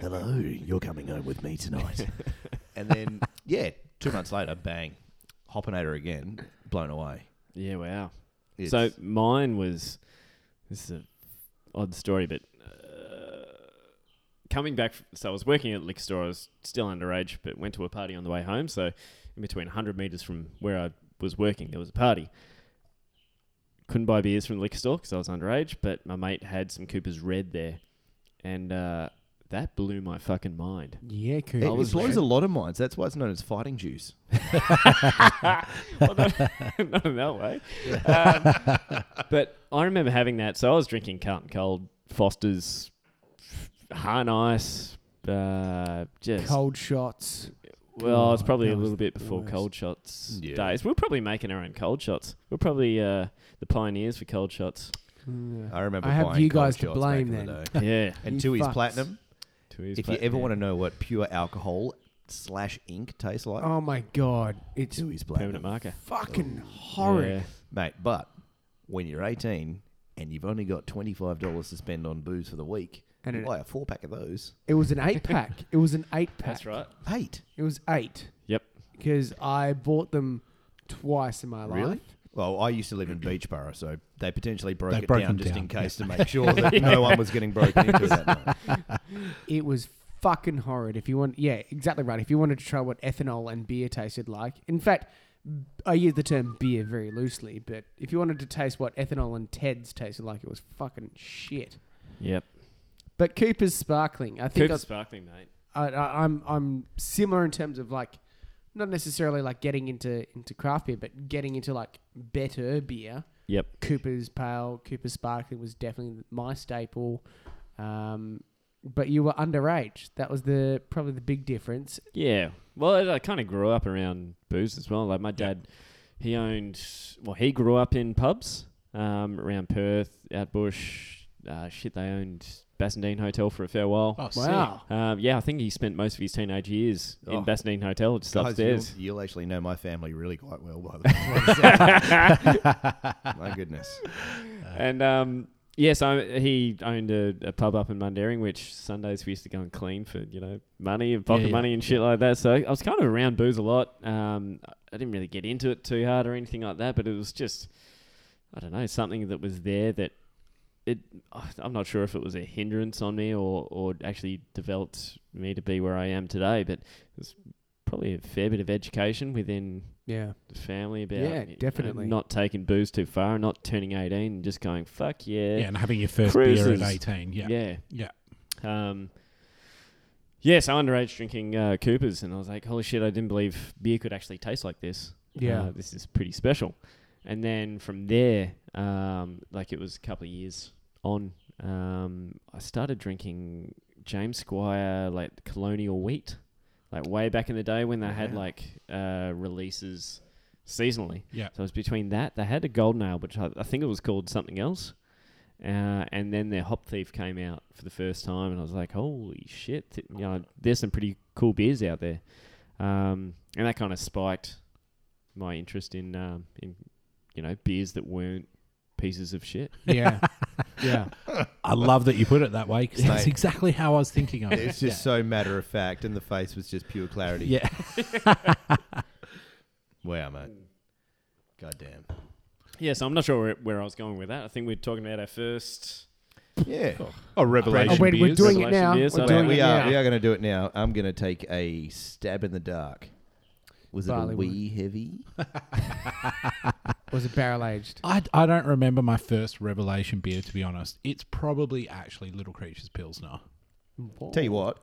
A: hello. You're coming home with me tonight.
B: And then, yeah, two months later, bang, Hoppinator again, blown away.
E: yeah, wow.
B: It's-
E: So mine was this is a odd story, but uh, coming back, f- so I was working at a liquor store. I was still underage, but went to a party on the way home. So in between 100 meters from where I was working, there was a party. Couldn't buy beers from the liquor store because I was underage, but my mate had some Cooper's Red there, and uh, that blew my fucking mind.
C: Yeah,
B: it,
C: cool.
B: it blows a lot of minds. That's why it's known as fighting juice.
E: well, not, not in that way. Um, but I remember having that. So I was drinking Carlton Cold, Foster's, Han Ice, uh, just.
C: cold shots.
E: Well, it's
C: God,
E: probably
C: that
E: a
C: was
E: little bit
C: the
E: before
C: worst.
E: cold shots
B: Yeah.
E: days. We We're probably making our own cold shots. We We're probably uh, the pioneers for cold shots.
C: Mm, yeah.
B: I remember
C: I have
B: buying
C: you
B: cold
C: guys to
B: shots back
C: blame
B: in the
C: then.
B: day.
E: yeah.
B: And
C: You
B: two is
C: fucks.
B: platinum.
E: To his
B: If
E: pla-
B: you ever
E: yeah.
B: want to know what pure alcohol slash ink tastes like,
C: Oh my god, it's
B: two is
E: permanent
B: platinum.
E: marker.
C: fucking horrid.
E: Yeah.
B: Mate, but when you're 18 and you've only got $25 to spend on booze for the week,
C: And
B: you
C: it-
B: buy a four pack of those.
C: It was an eight pack. It was an eight pack.
E: That's right.
B: Eight.
C: It was eight.
E: Yep.
C: Because I bought them twice in my life.
B: Really? Well, I used to live in Beachborough, so they potentially broke
D: They
B: it
D: broke
B: down
D: them
B: just
D: down,
B: in case to make sure that no one was getting broken into that night.
C: It was fucking horrid. If you want, yeah, exactly right. If you wanted to try what ethanol and beer tasted like, in fact, I use the term beer very loosely, but if you wanted to taste what ethanol and Ted's tasted like, it was fucking shit.
E: Yep.
C: But Cooper's sparkling, I think
E: Cooper's
C: I,
E: sparkling, mate.
C: I, I, I'm I'm similar in terms of like, not necessarily like getting into into craft beer, but getting into like better beer.
E: Yep.
C: Cooper's Pale, Cooper's Sparkling was definitely my staple. Um, but you were underage. That was the probably the big difference.
E: Yeah. Well, I- I kind of grew up around booze as well. Like my dad, he owned. Well, he grew up in pubs um, around Perth, out bush. Uh, shit, they owned Bassendean Hotel for a fair while.
D: Oh, sick.
C: Wow.
E: Um, yeah, I think he spent most of his teenage years
B: Oh.
E: in Bassendean Hotel, just
B: Guys,
E: upstairs.
B: You'll, you'll actually know my family really quite well by the My goodness.
E: And um, yeah, so he owned a, a pub up in Mundaring, which Sundays we used to go and clean for you know money and pocket
D: Yeah, yeah,
E: money and shit like that. So I was kind of around booze a lot. Um, I didn't really get into it too hard or anything like that, but it was just I don't know something that was there that it. I'm not sure if it was a hindrance on me or or actually developed me to be where I am today, but it was probably a fair bit of education within
C: Yeah.
E: the family about
C: Yeah,
E: you know,
C: definitely.
E: not taking booze too far and not turning 18 and just going fuck yeah
D: Yeah, and having your first beer
E: Cruises.
D: at eighteen. Yeah,
E: yeah
D: Yeah.
E: um yeah so underage drinking uh, coopers and i was like holy shit i didn't believe beer could actually taste like this
C: Yeah.
E: Uh, this is pretty special and then from there um like it was a couple of years on um i started drinking james squire like colonial wheat like way back in the day when they had
B: Wow.
E: like uh releases seasonally
D: yeah.
E: so it was between that. They had a golden ale, which I, I think it was called something else. Uh, and then their Hop Thief came out for the first time, and I was like, holy shit. th- You know, there's some pretty cool beers out there. Um, and that kind of spiked my interest in um, in you know beers that weren't pieces of shit.
C: Yeah. yeah.
D: I love that you put it that way because that's
B: Mate.
D: exactly how I was thinking of it.
B: It's just so matter of fact, and the face was just pure clarity.
D: Yeah.
B: Wow, mate. Goddamn.
E: Yeah, so I'm not sure where, where I was going with that. I think we are talking about our first.
B: Yeah.
D: Oh,
C: Oh,
D: revelation.
C: wait, we're
D: beers.
C: doing it
E: Isolation
C: now.
E: beers,
C: We're
E: I
C: doing
E: mean,
C: it
B: we are
C: now.
B: we are going to do it now. I'm going to take a stab in the dark. Was it
C: Barley
B: a
C: wine.
B: wee heavy?
C: Was it barrel aged?
D: I, I don't remember my first Revelation beer, to be honest. It's probably actually Little Creatures Pilsner.
B: Tell you what,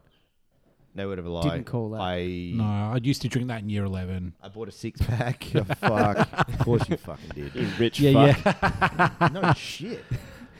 B: no word of a lie.
C: Didn't call that.
B: I
D: No, I used to drink that in year 11.
B: I bought a six pack. oh, fuck. Of course you fucking did.
E: You rich
D: Yeah,
E: fuck.
D: yeah.
B: No shit.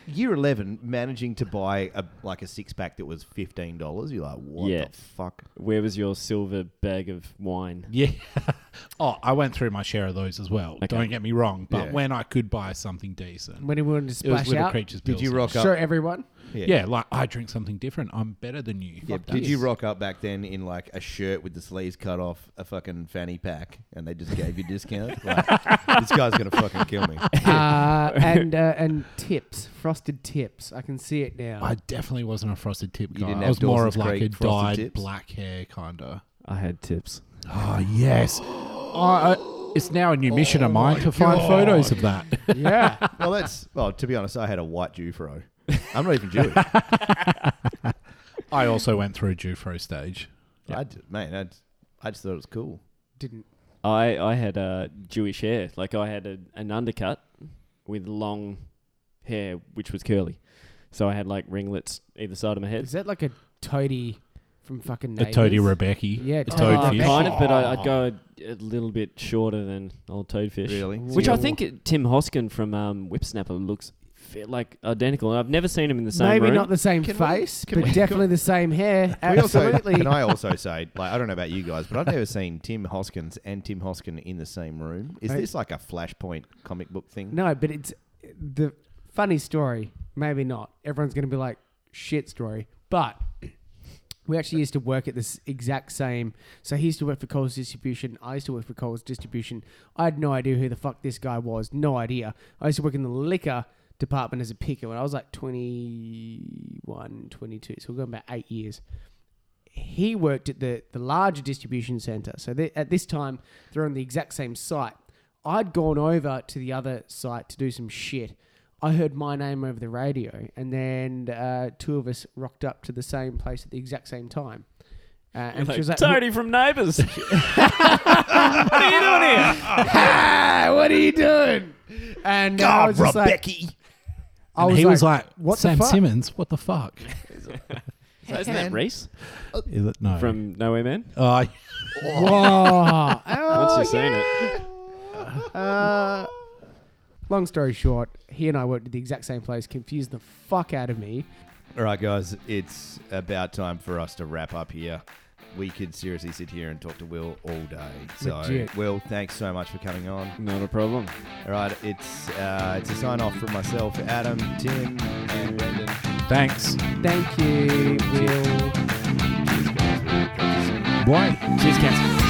B: Year eleven, managing to buy a like a six pack that was fifteen dollars. You're like, what
E: Yeah.
B: the fuck?
E: Where was your silver bag of wine?
D: Yeah. oh, I went through my share of those as well.
E: Okay.
D: Don't get me wrong. But
B: Yeah.
D: when I could buy something decent,
C: When he wanted to
D: it was
C: splash
D: Little
C: out.
D: Creatures
B: Did
D: Pilsner.
B: you rock up?
C: Show everyone.
D: Yeah. like I drink something different. I'm better than you.
B: Yeah,
D: Fuck
B: did
D: that.
B: you rock up back then in like a shirt with the sleeves cut off, a fucking fanny pack, and they just gave you a discount? Like, this guy's gonna fucking kill me.
C: uh, and uh, and tips, frosted tips. I can see it now.
D: I definitely wasn't a frosted tip guy.
B: didn't
D: I
B: have
D: was more of
B: Dawson's
D: like
B: Creek
D: a
B: frosted
D: dyed
B: tips?
D: black hair kind of.
E: I had tips.
D: Oh yes. I- I- it's now a new
B: Oh
D: mission of mine to find photos of that.
C: yeah.
B: Well, that's well. To be honest, I had a white Jufro. I'm not even Jewish.
D: I also went through a Jufro stage.
B: I just, man, I just, I just thought it was cool.
C: Didn't.
E: I, I had uh, Jewish hair. Like I had a, an undercut with long hair, which was curly. So I had like ringlets either side of my head.
C: Is that like a toady from fucking
D: A
C: neighbors?
D: toady Rebecca.
C: Yeah,
D: a
C: Toadfish.
E: Oh,
D: toadfish.
E: kind of, but I, I'd go a, a little bit shorter than old Toadfish.
B: Really?
E: Which I
C: Ooh.
E: think it- Tim Hoskin from um, Whipsnapper looks fit, like identical. And I've never seen him in the same
C: Maybe
E: room.
C: not the same
B: Can we-
C: face,
B: can
C: but
B: we-
C: definitely the same hair.
B: We also-
C: Absolutely.
B: can I also say, like, I don't know about you guys, but I've never seen Tim Hoskins and Tim Hoskin in the same room. Is
C: Hey.
B: this like a Flashpoint comic book thing?
C: No, but it's the funny story. Maybe not. Everyone's going to be like, shit story. But we actually used to work at this exact same. So he used to work for Coles Distribution. I used to work for Coles Distribution. I had no idea who the fuck this guy was. No idea. I used to work in the liquor department as a picker when I was like 21, 22. So we're going back eight years. He worked at the, the larger distribution center. So they, at this time, they're on the exact same site. I'd gone over to the other site to do some shit. I heard my name over the radio, and then uh, two of us rocked up to the same place at the exact same time. Uh, and she was like,
E: Tony from Neighbours. what are you doing here?
C: "Hey, what are you doing?" And uh, I was just like, I
D: And
C: was
D: he was
C: like,
D: like,
C: "What the
D: Sam
C: fuck?"
D: Simmons, what the fuck?
E: So isn't that Reese
D: Is it? No.
E: from Nowhere Man?
D: Oh, yeah.
C: "Whoa!"
E: Once
C: Oh,
E: you've seen it.
C: Uh, long story short, he and I worked at the exact same place, confused the fuck out of me.
B: All right, guys, it's about time for us to wrap up here. We could seriously sit here and talk to Will all day. So,
C: Legit.
B: Will, thanks so much for coming on.
E: Not a problem.
B: All right, it's uh, it's a sign off from myself, Adam, Tim, and Brendan.
D: Thanks.
C: Thank you, Will.
D: Why?
E: Cheers, cats.